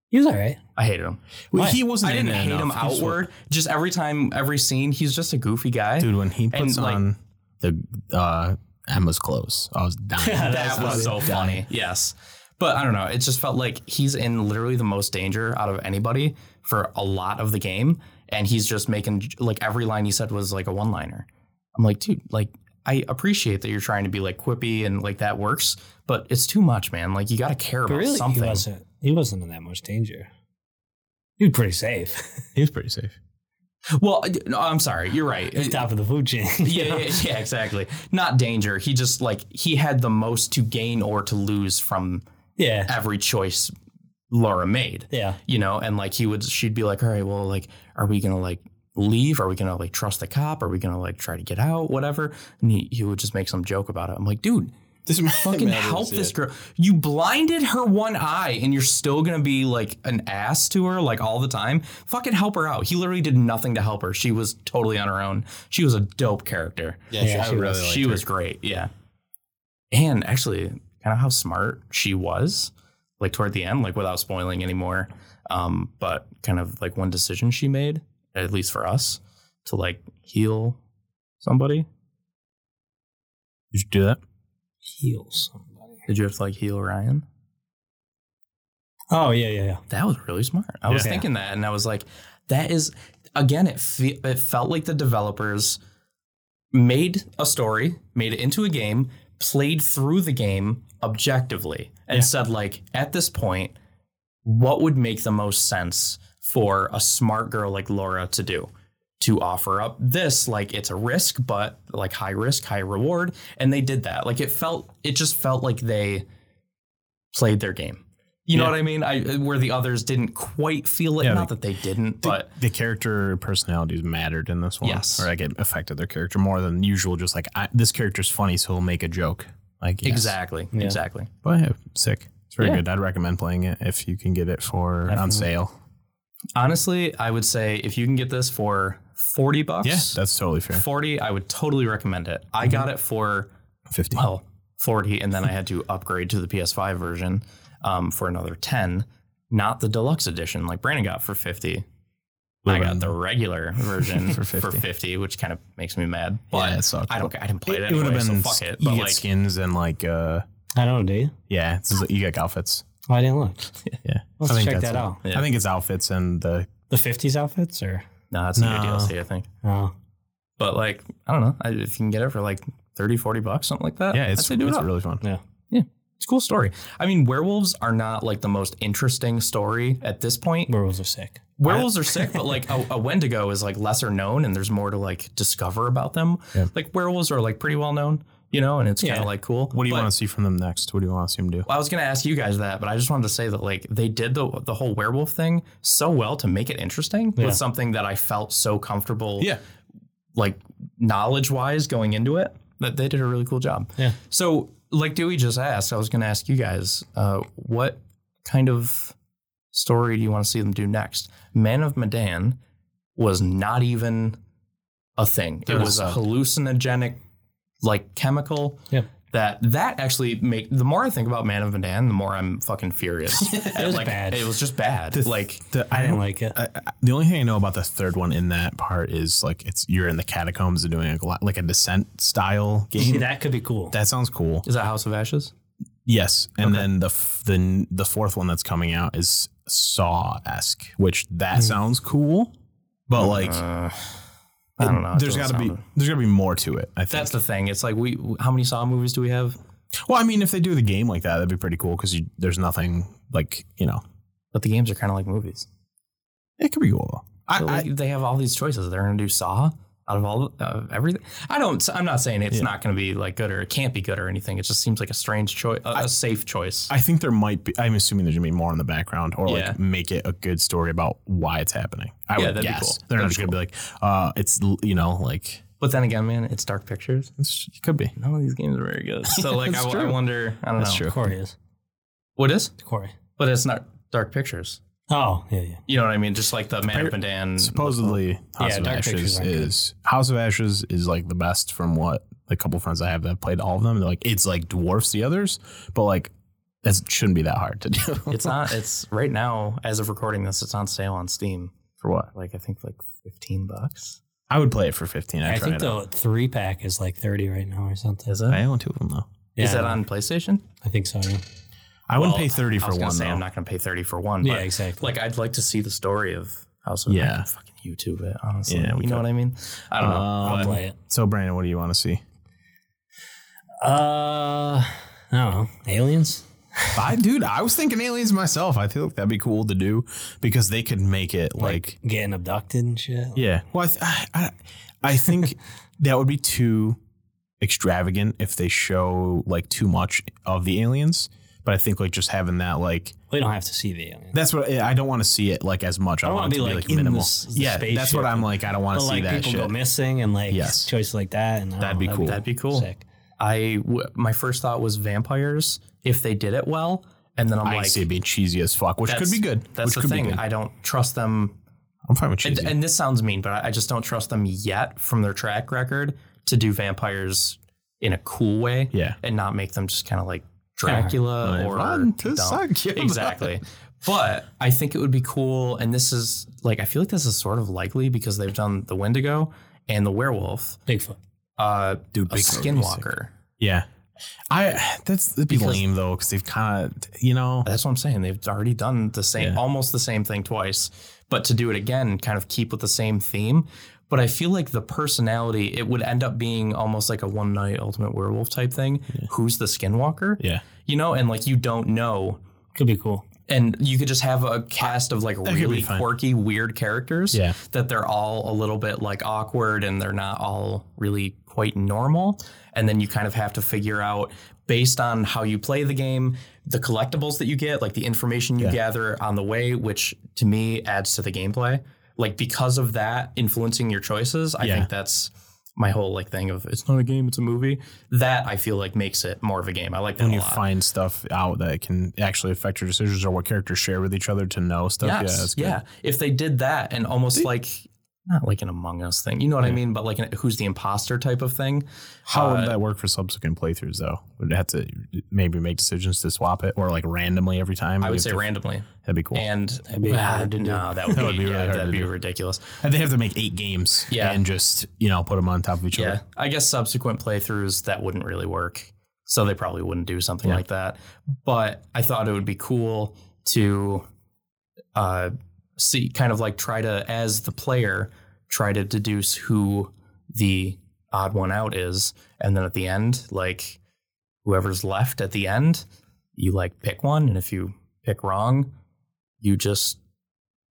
he was all right. I hated him. Why? He wasn't. I in didn't it hate him enough. He was- outward. Just every time, every scene, he's just a goofy guy. dude. When he And, puts like- on the uh, Emma's clothes, I was dying. Yeah, that That's was so funny. funny. Yes. But I don't know. It just felt like he's in literally the most danger out of anybody for a lot of the game. And he's just making, like, every line he said was like a one liner. I'm like, dude, like, I appreciate that you're trying to be like quippy and like that works, but it's too much, man. Like, you got to care But about really, something. he wasn't. He wasn't in that much danger. He was pretty safe. He was pretty safe. Well, I- no, I'm sorry. You're right. He's top of the food chain. yeah, yeah, yeah, exactly. Not danger. He just like, he had the most to gain or to lose from yeah, every choice Laura made. yeah. you know and like he would she'd be like all right well like are we gonna like leave are we gonna like trust the cop are we gonna like try to get out whatever and he, he would just make some joke about it i'm like dude This fucking help this girl you blinded her one eye and you're still gonna be like an ass to her like all the time fucking help her out he literally did nothing to help her she was totally on her own she was a dope character Yeah, Yeah, I she really was- liked she her. was great yeah and actually kind of how smart she was like toward the end like without spoiling anymore um but kind of like one decision she made at least for us to like heal somebody You should do that. Heal somebody. did you have to like heal ryan Oh yeah, yeah, yeah. that was really smart i was Yeah. thinking that and i was like that is again it, fe- it felt like the developers made a story made it into a game played through the game objectively and Yeah. said like at this point what would make the most sense for a smart girl like Laura to do? To offer up this, like it's a risk, but like high risk, high reward. And they did that. Like it felt, it just felt like they played their game. You know Yeah. what I mean? I, where the others didn't quite feel it. Yeah, Not that they didn't, but the character personalities mattered in this one. Yes. Or like it affected their character more than usual. Just like I, this character's funny, so he'll make a joke. Like yes. exactly, Yeah. exactly. But yeah, sick. It's very Yeah. good. I'd recommend playing it if you can get it for on Definitely. sale. Honestly, I would say if you can get this for 40 bucks, Yeah, Mm-hmm. that's totally fair. 40, I would totally recommend it. I got it for Fifty. well 40 and then i had to upgrade to the ps5 version um, for another 10 not the deluxe edition like brandon got for 50 i got the regular version for, For 50. 50. which kind of makes me mad but Yeah, it sucked. i don't i didn't play it, It, would anyway, have been so fuck it You but get like skins and like uh I don't know, do you? yeah, it's, you get outfits. Oh, I didn't look. Yeah, Let's I think check that's that it. out. Yeah. I think it's outfits and the The '50s outfits, or no that's a new No. dlc i think oh, but like i don't know I, if you can get it for like 30 40 bucks something like that yeah, I'd it's, say do it it's up. really fun. yeah. it's a cool story i mean werewolves are not like the most interesting story at this point Werewolves are sick. werewolves are sick, but like a, a Wendigo is like lesser known, and there's more to like discover about them. Yeah. Like werewolves are like pretty well known, you know, and it's kind Yeah. of like cool. What do you But want to see from them next? What do you want to see them do? I was gonna ask you guys that, but I just wanted to say that like they did the the whole werewolf thing so well to make it interesting Yeah. with something that I felt so comfortable, Yeah. like knowledge wise going into it that they did a really cool job. Yeah. So like Dewey just asked, I was gonna ask you guys, uh, what kind of story do you want to see them do next? Man of Medan was not even a thing. It That was a sucked. hallucinogenic, like chemical. Yeah. That that actually make the more I think about Man of Medan, the more I'm fucking furious. It was like, bad. It was just bad. like The, I I didn't don't like. like it. I, I- the only thing I know about the third one in that part is like it's you're in the catacombs and doing a, gla- like a descent style See, game. that could be cool. That sounds cool. is that House of Ashes? Yes, and Okay. then the f- the n- the fourth one that's coming out is Saw esque, which that Hmm. sounds cool, but like Uh, I don't know. It there's doesn't got to be sound- there's got to be more to it. I think. That's the thing. It's like we. How many Saw movies do we have? well, I mean, if they do the game like that, that'd be pretty cool because there's nothing like you know But the games are kind of like movies. it could be cool. I, So, I, like, they have all these choices. They're going to do Saw out of all of everything. I don't. I'm not saying it's Yeah. not going to be like good or it can't be good or anything. It just seems like a strange choice, a, a safe choice. I think there might be. I'm assuming there's gonna be more in the background, or Yeah. like make it a good story about why it's happening. I Yeah, would that'd be guess cool. they're not That'd just gonna be like, uh, it's l- you know, like but then again, man, it's Dark Pictures. it's, it could be. None of these games are very good. So like, I, That's w- I true. wonder. I don't That's know. true. Corey is. What is? Corey. But it's not Dark Pictures. Oh, yeah, yeah. You know what I mean? Just like the Man par- Up and Dan. Supposedly, House Yeah, of Dark Pictures Ashes aren't good. is House of Ashes is like the best from what the couple friends I have that have played all of them. They're like, it's like dwarfs the others, but like it shouldn't be that hard to do. It's not. It's right now as of recording this. It's on sale on Steam. for what Like I think like fifteen bucks. I would play it for fifteen. I, I tried think it. the three pack is like 30 right now or something. Is it? I own two of them though. Is that I- on PlayStation? I think so. Yeah, I wouldn't Well, pay thirty I for was gonna one say though. I'm not going to pay thirty for one. yeah but exactly. like I'd like to see the story of House of I Yeah. could fucking YouTube it honestly. Yeah, you we know could. what I mean? I don't know. I'll Um, play it. so Brandon, what do you want to see? Uh, I don't know. Aliens? I dude, I was thinking aliens myself. I feel like that'd be cool to do because they could make it like, Getting abducted and shit? yeah. Well, I th- I, I, I think that would be too extravagant if they show like too much of the aliens. But I think like just having that like We don't have to see the aliens. that's what I don't want to see it like as much. I, I want it to be like, in minimal. this- the yeah, that's spaceship. what I'm like. I don't want But to see like that people shit. go missing and like Yes. choices like that. And I don't That'd know, be cool. That'd be cool. Sick. I w- my first thought was vampires if they did it well, and then I'm I like, see it being cheesy as fuck, which could that's- be good. That's which the could Be thing. good. I don't trust them. I'm fine with And, cheesy. and this sounds mean, but I, I just don't trust them yet from their track record to do vampires in a cool way yeah. and not make them just kind of like Dracula uh, or Run to dumb. succubus. exactly. But I think it would be cool, and this is like I feel like this is sort of likely because they've done the Wendigo and the werewolf, Bigfoot. uh, Dude, a Bigfoot would be skinwalker. Yeah. I that's that'd be Because- lame though because they've kind of you know That's what I'm saying. They've already done the same, Yeah. almost the same thing twice, but to do it again, kind of keep with the same theme. But I feel like the personality, it would end up being almost like a one night ultimate werewolf type thing. Who's the skinwalker? yeah You know, and like you don't know Could be cool. and you could just have a cast of like could be really fun. quirky, weird characters. Yeah. That they're all a little bit like awkward and they're not all really quite normal. And then you kind of have to figure out based on how you play the game, the collectibles that you get, like the information you Yeah. gather on the way, which to me adds to the gameplay. Like because of that influencing your choices, I Yeah. think that's my whole like thing of it's not a game, it's a movie. That I feel like makes it more of a game. I like that when a you lot. find stuff out that can actually affect your decisions or what characters share with each other to know stuff yeah Yes, that's good. yeah, If they did that and almost like not like an Among Us thing, you know what I Yeah. mean? But like an, who's the imposter type of thing. how Uh, would that work for subsequent playthroughs though would it have to maybe make decisions to swap it or like randomly every time I You would have say to- randomly, that'd be cool and be Ah, hard to do. no, that would, That be, would be really yeah, hard that'd to be do. ridiculous. and they have to make eight games Yeah. and just you know put them on top of each Yeah, other I guess subsequent playthroughs that wouldn't really work, so they probably wouldn't do something Yeah. like that. But I thought it would be cool to uh, see, kind of like try to, as the player, try to deduce who the odd one out is, and then at the end, like whoever's left at the end, you like pick one, and if you pick wrong, you just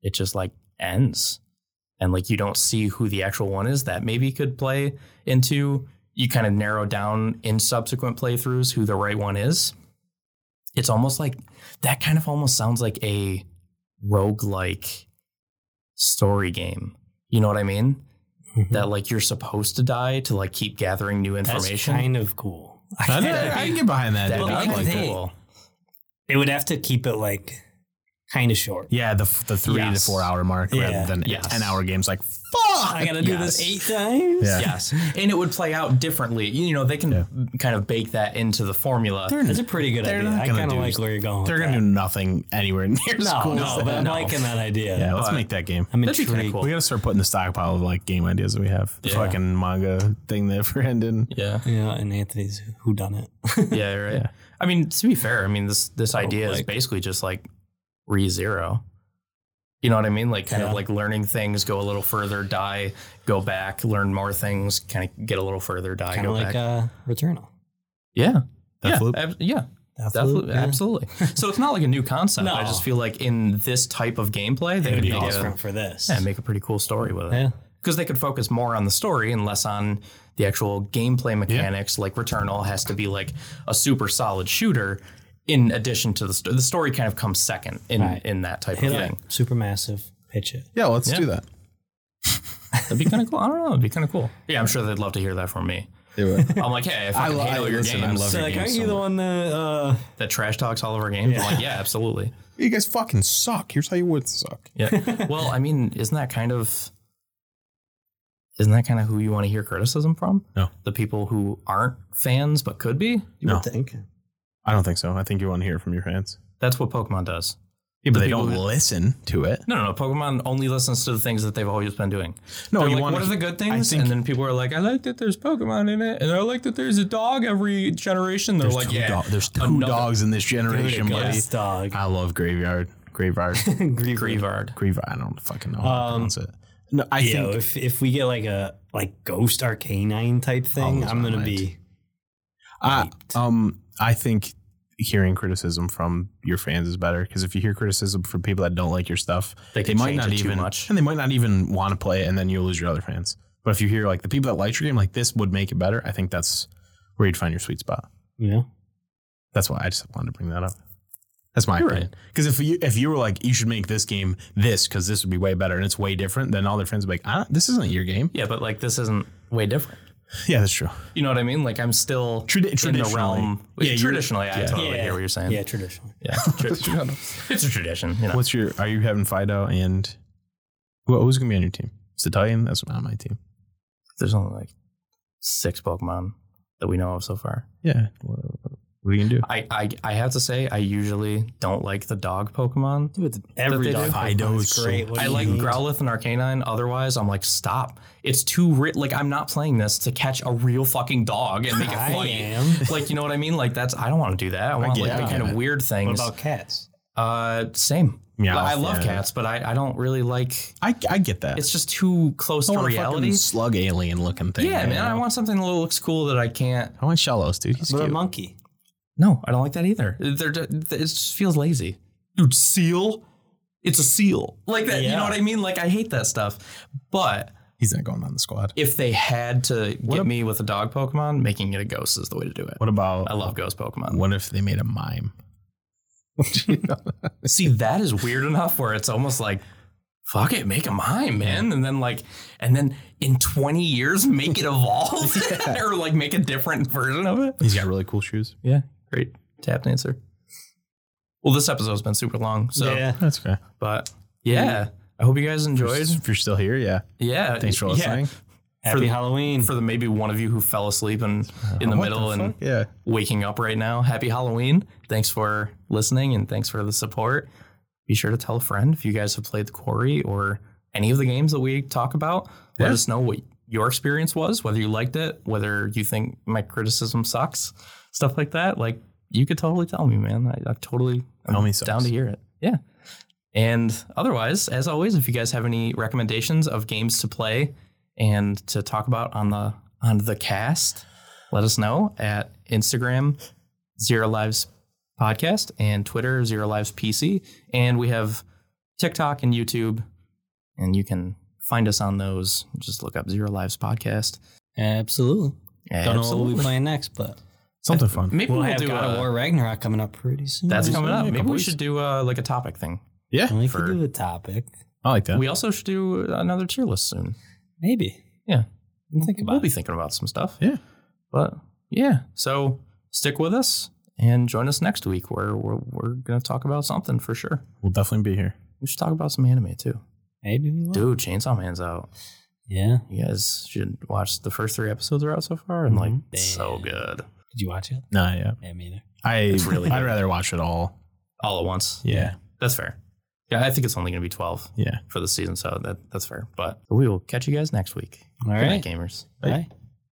it just like ends and like you don't see who the actual one is that maybe could play into you kind of narrow down in subsequent playthroughs who the right one is it's almost like that kind of almost sounds like a roguelike story game you know what i mean Mm-hmm. that like you're supposed to die to like keep gathering new Hmm. That's information kind of cool. I, That'd I be- can get behind that that'd dude. be I I'd kinda like that. cool They would have to keep it like kind of short. Yeah, the f- the three Yes. to four hour mark Yeah. rather than Yes. ten hour games. Like fuck. I gotta do Yes. this eight times. Yeah. Yes, and it would play out differently. You know, they can Yeah. kind of bake that into the formula. It's a pretty good They're idea. not I gonna kind of do- like where you're going. with They're gonna that. do nothing anywhere near as no, cool as no, that. but I'm liking that idea. Yeah, let's but- make that game. I'm That'd be kinda intrigued. cool. We gotta start putting the stockpile of like game ideas that we have. The Yeah. fucking manga thing that friend and Yeah, Yeah, and Anthony's who done it. yeah, right. I mean, to be fair, I mean this this idea is Oh, like- basically just like re zero. You know what I mean? Like kind Yeah. of like learning things, go a little further, die, go back, learn more things, kind of get a little further, die, Kind go of like back. uh, Returnal. yeah, yeah, Deathloop? ab- yeah, Deathloop, Deathloop, yeah. absolutely. so it's not like a new concept. No. I just feel like in this type of gameplay, they It'd would be make awesome a, for this. yeah, make a pretty cool story with it. Yeah. because they could focus more on the story and less on the actual gameplay mechanics. Like Returnal has to be like a super solid shooter. In addition to the story, the story kind of comes second in Right. in that type Hit of it. thing. Supermassive. Pitch it. Yeah, let's Yeah. do that. That'd be kind of cool. I don't know. It'd be kind of cool. Yeah, I'm sure they'd love to hear that from me. Do it. I'm like, hey, I fucking lo- hate I- all your listen, I games. love So your like, game aren't so you the one that? Uh, That trash talks all of our games. I'm like, yeah, absolutely. you guys fucking suck. Here's how you would suck. Yeah. well, I mean, isn't that kind of isn't that kind of who you want to hear criticism from? No. The people who aren't fans but could be. you No. would think. I don't think so. I think you want to hear it from your fans. That's what Pokemon does. Yeah, The but they people don't who- listen to it. No, no, no. Pokemon only listens to the things that they've always been doing. No, They're you like, wanna- what are the good things? think- and then people are like, I like that there's Pokemon in it, and I like that there's a dog every generation. They're like, two yeah, dog- there's two another- dogs in this generation, There you go. buddy. Yes, dog. I love graveyard. Graveyard. Grievard. graveyard. I don't fucking know how Um, to pronounce it. No, I Yo, think if if we get like a like ghost arcanine type thing, lose I'm my gonna mind. be I, um I think hearing criticism from your fans is better because if you hear criticism from people that don't like your stuff, They they can might change not it too even much. and they might not even want to play it, and then you lose your other fans. But if you hear like the people that liked your game, like this would make it better. I think that's where you'd find your sweet spot. you know That's why I just wanted to bring that up. That's my You're opinion. Because if you if you were like you should make this game this because this would be way better and it's way different, then all their friends would be like, ah, this isn't your game. Yeah, but like this isn't way different. Yeah, that's true. You know what I mean? Like I'm still Tradi- in the traditionally. realm. Yeah, you're- traditionally, I totally Yeah. hear what you're saying. yeah traditionally. Yeah. it's a tradition. You know. What's your? Are you having Fido and who, who's going to be on your team? It's Italian. That's on my team. There's only like six Pokemon that we know of so far. Yeah. What what are you going to do? I, I I have to say I usually don't like the dog Pokemon. Every they dog do. Fido Pokemon's is so- great. What do I you like need? Growlithe and Arcanine. Otherwise, I'm like, stop. It's too ri- like I'm not playing this to catch a real fucking dog and make it I fight. am. Like you know what I mean? Like that's I don't want to do that. I want get like it, the I kind get of it. weird What things. about cats? uh, same. Meowth, I love yeah. cats, but I, I don't really like. I, I get that. It's just too close I to want a fucking reality. slug alien looking thing. Yeah, man. I want something that looks cool that I can't. I want Shellos, dude. He's Little cute. monkey. No, I don't like that either. They're, ju- it just feels lazy. Dude, seal. It's a seal. Like that. You Yeah. know what I mean? Like I hate that stuff. But He's not going on the squad. if they had to get ab- me with a dog Pokemon, making it a ghost is the way to do it. What about? I love ghost Pokemon. What if they made a mime? See, that is weird enough where it's almost like, fuck it, make a mime, man. And then like, and then in 20 years, make it evolve or like make a different version of it. He's got really cool shoes. Yeah. Great tap dancer. Well, this episode's been super long. So, yeah. That's okay. but yeah, I hope you guys enjoyed. If you're still here, yeah. Yeah. Thanks for yeah, listening. Happy the- Halloween. For the maybe one of you who fell asleep and in the Uh, What middle and fuck? yeah. waking up right now. Happy Halloween. Thanks for listening and thanks for the support. Be sure to tell a friend if you guys have played the quarry or any of the games that we talk about. Let Yeah. us know what your experience was, whether you liked it, whether you think my criticism sucks, stuff like that. Like you could totally tell me, man. I, I totally I'm Tell me sucks. down to hear it. Yeah. And otherwise, as always, if you guys have any recommendations of games to play and to talk about on the on the cast, let us know at Instagram Zero Lives Podcast and Twitter Zero Lives PC, and we have TikTok and YouTube, and you can find us on those. Just look up Zero Lives Podcast. Absolutely. Don't know what we'll be Absolutely. playing next, but Something fun. Maybe we'll, we'll, have uh, do God a, of War Ragnarok coming up pretty soon. That's Yeah, coming up. a Maybe couple we weeks. should do uh, like a topic thing. Yeah. And we for- could do a topic. I like that. We also should do another tier list soon. Maybe. Yeah. Think about we'll it. be thinking about some stuff. Yeah. But yeah. So stick with us And join us next week where we're, we're going to talk about something for sure. We'll definitely be here. We should talk about some anime too. Maybe we will. Dude, Chainsaw Man's out. Yeah. You guys should watch the first three episodes are out so far and like Mhm. it's so good. Did you watch it? Nah, yeah. Yeah, me either. I It's really I'd good. rather watch it all. All at once. Yeah. That's fair. Yeah, I think it's only going to be 12 Yeah. for the season, so that, that's fair. But we will catch you guys next week. All Good night, right. gamers. Bye. Bye.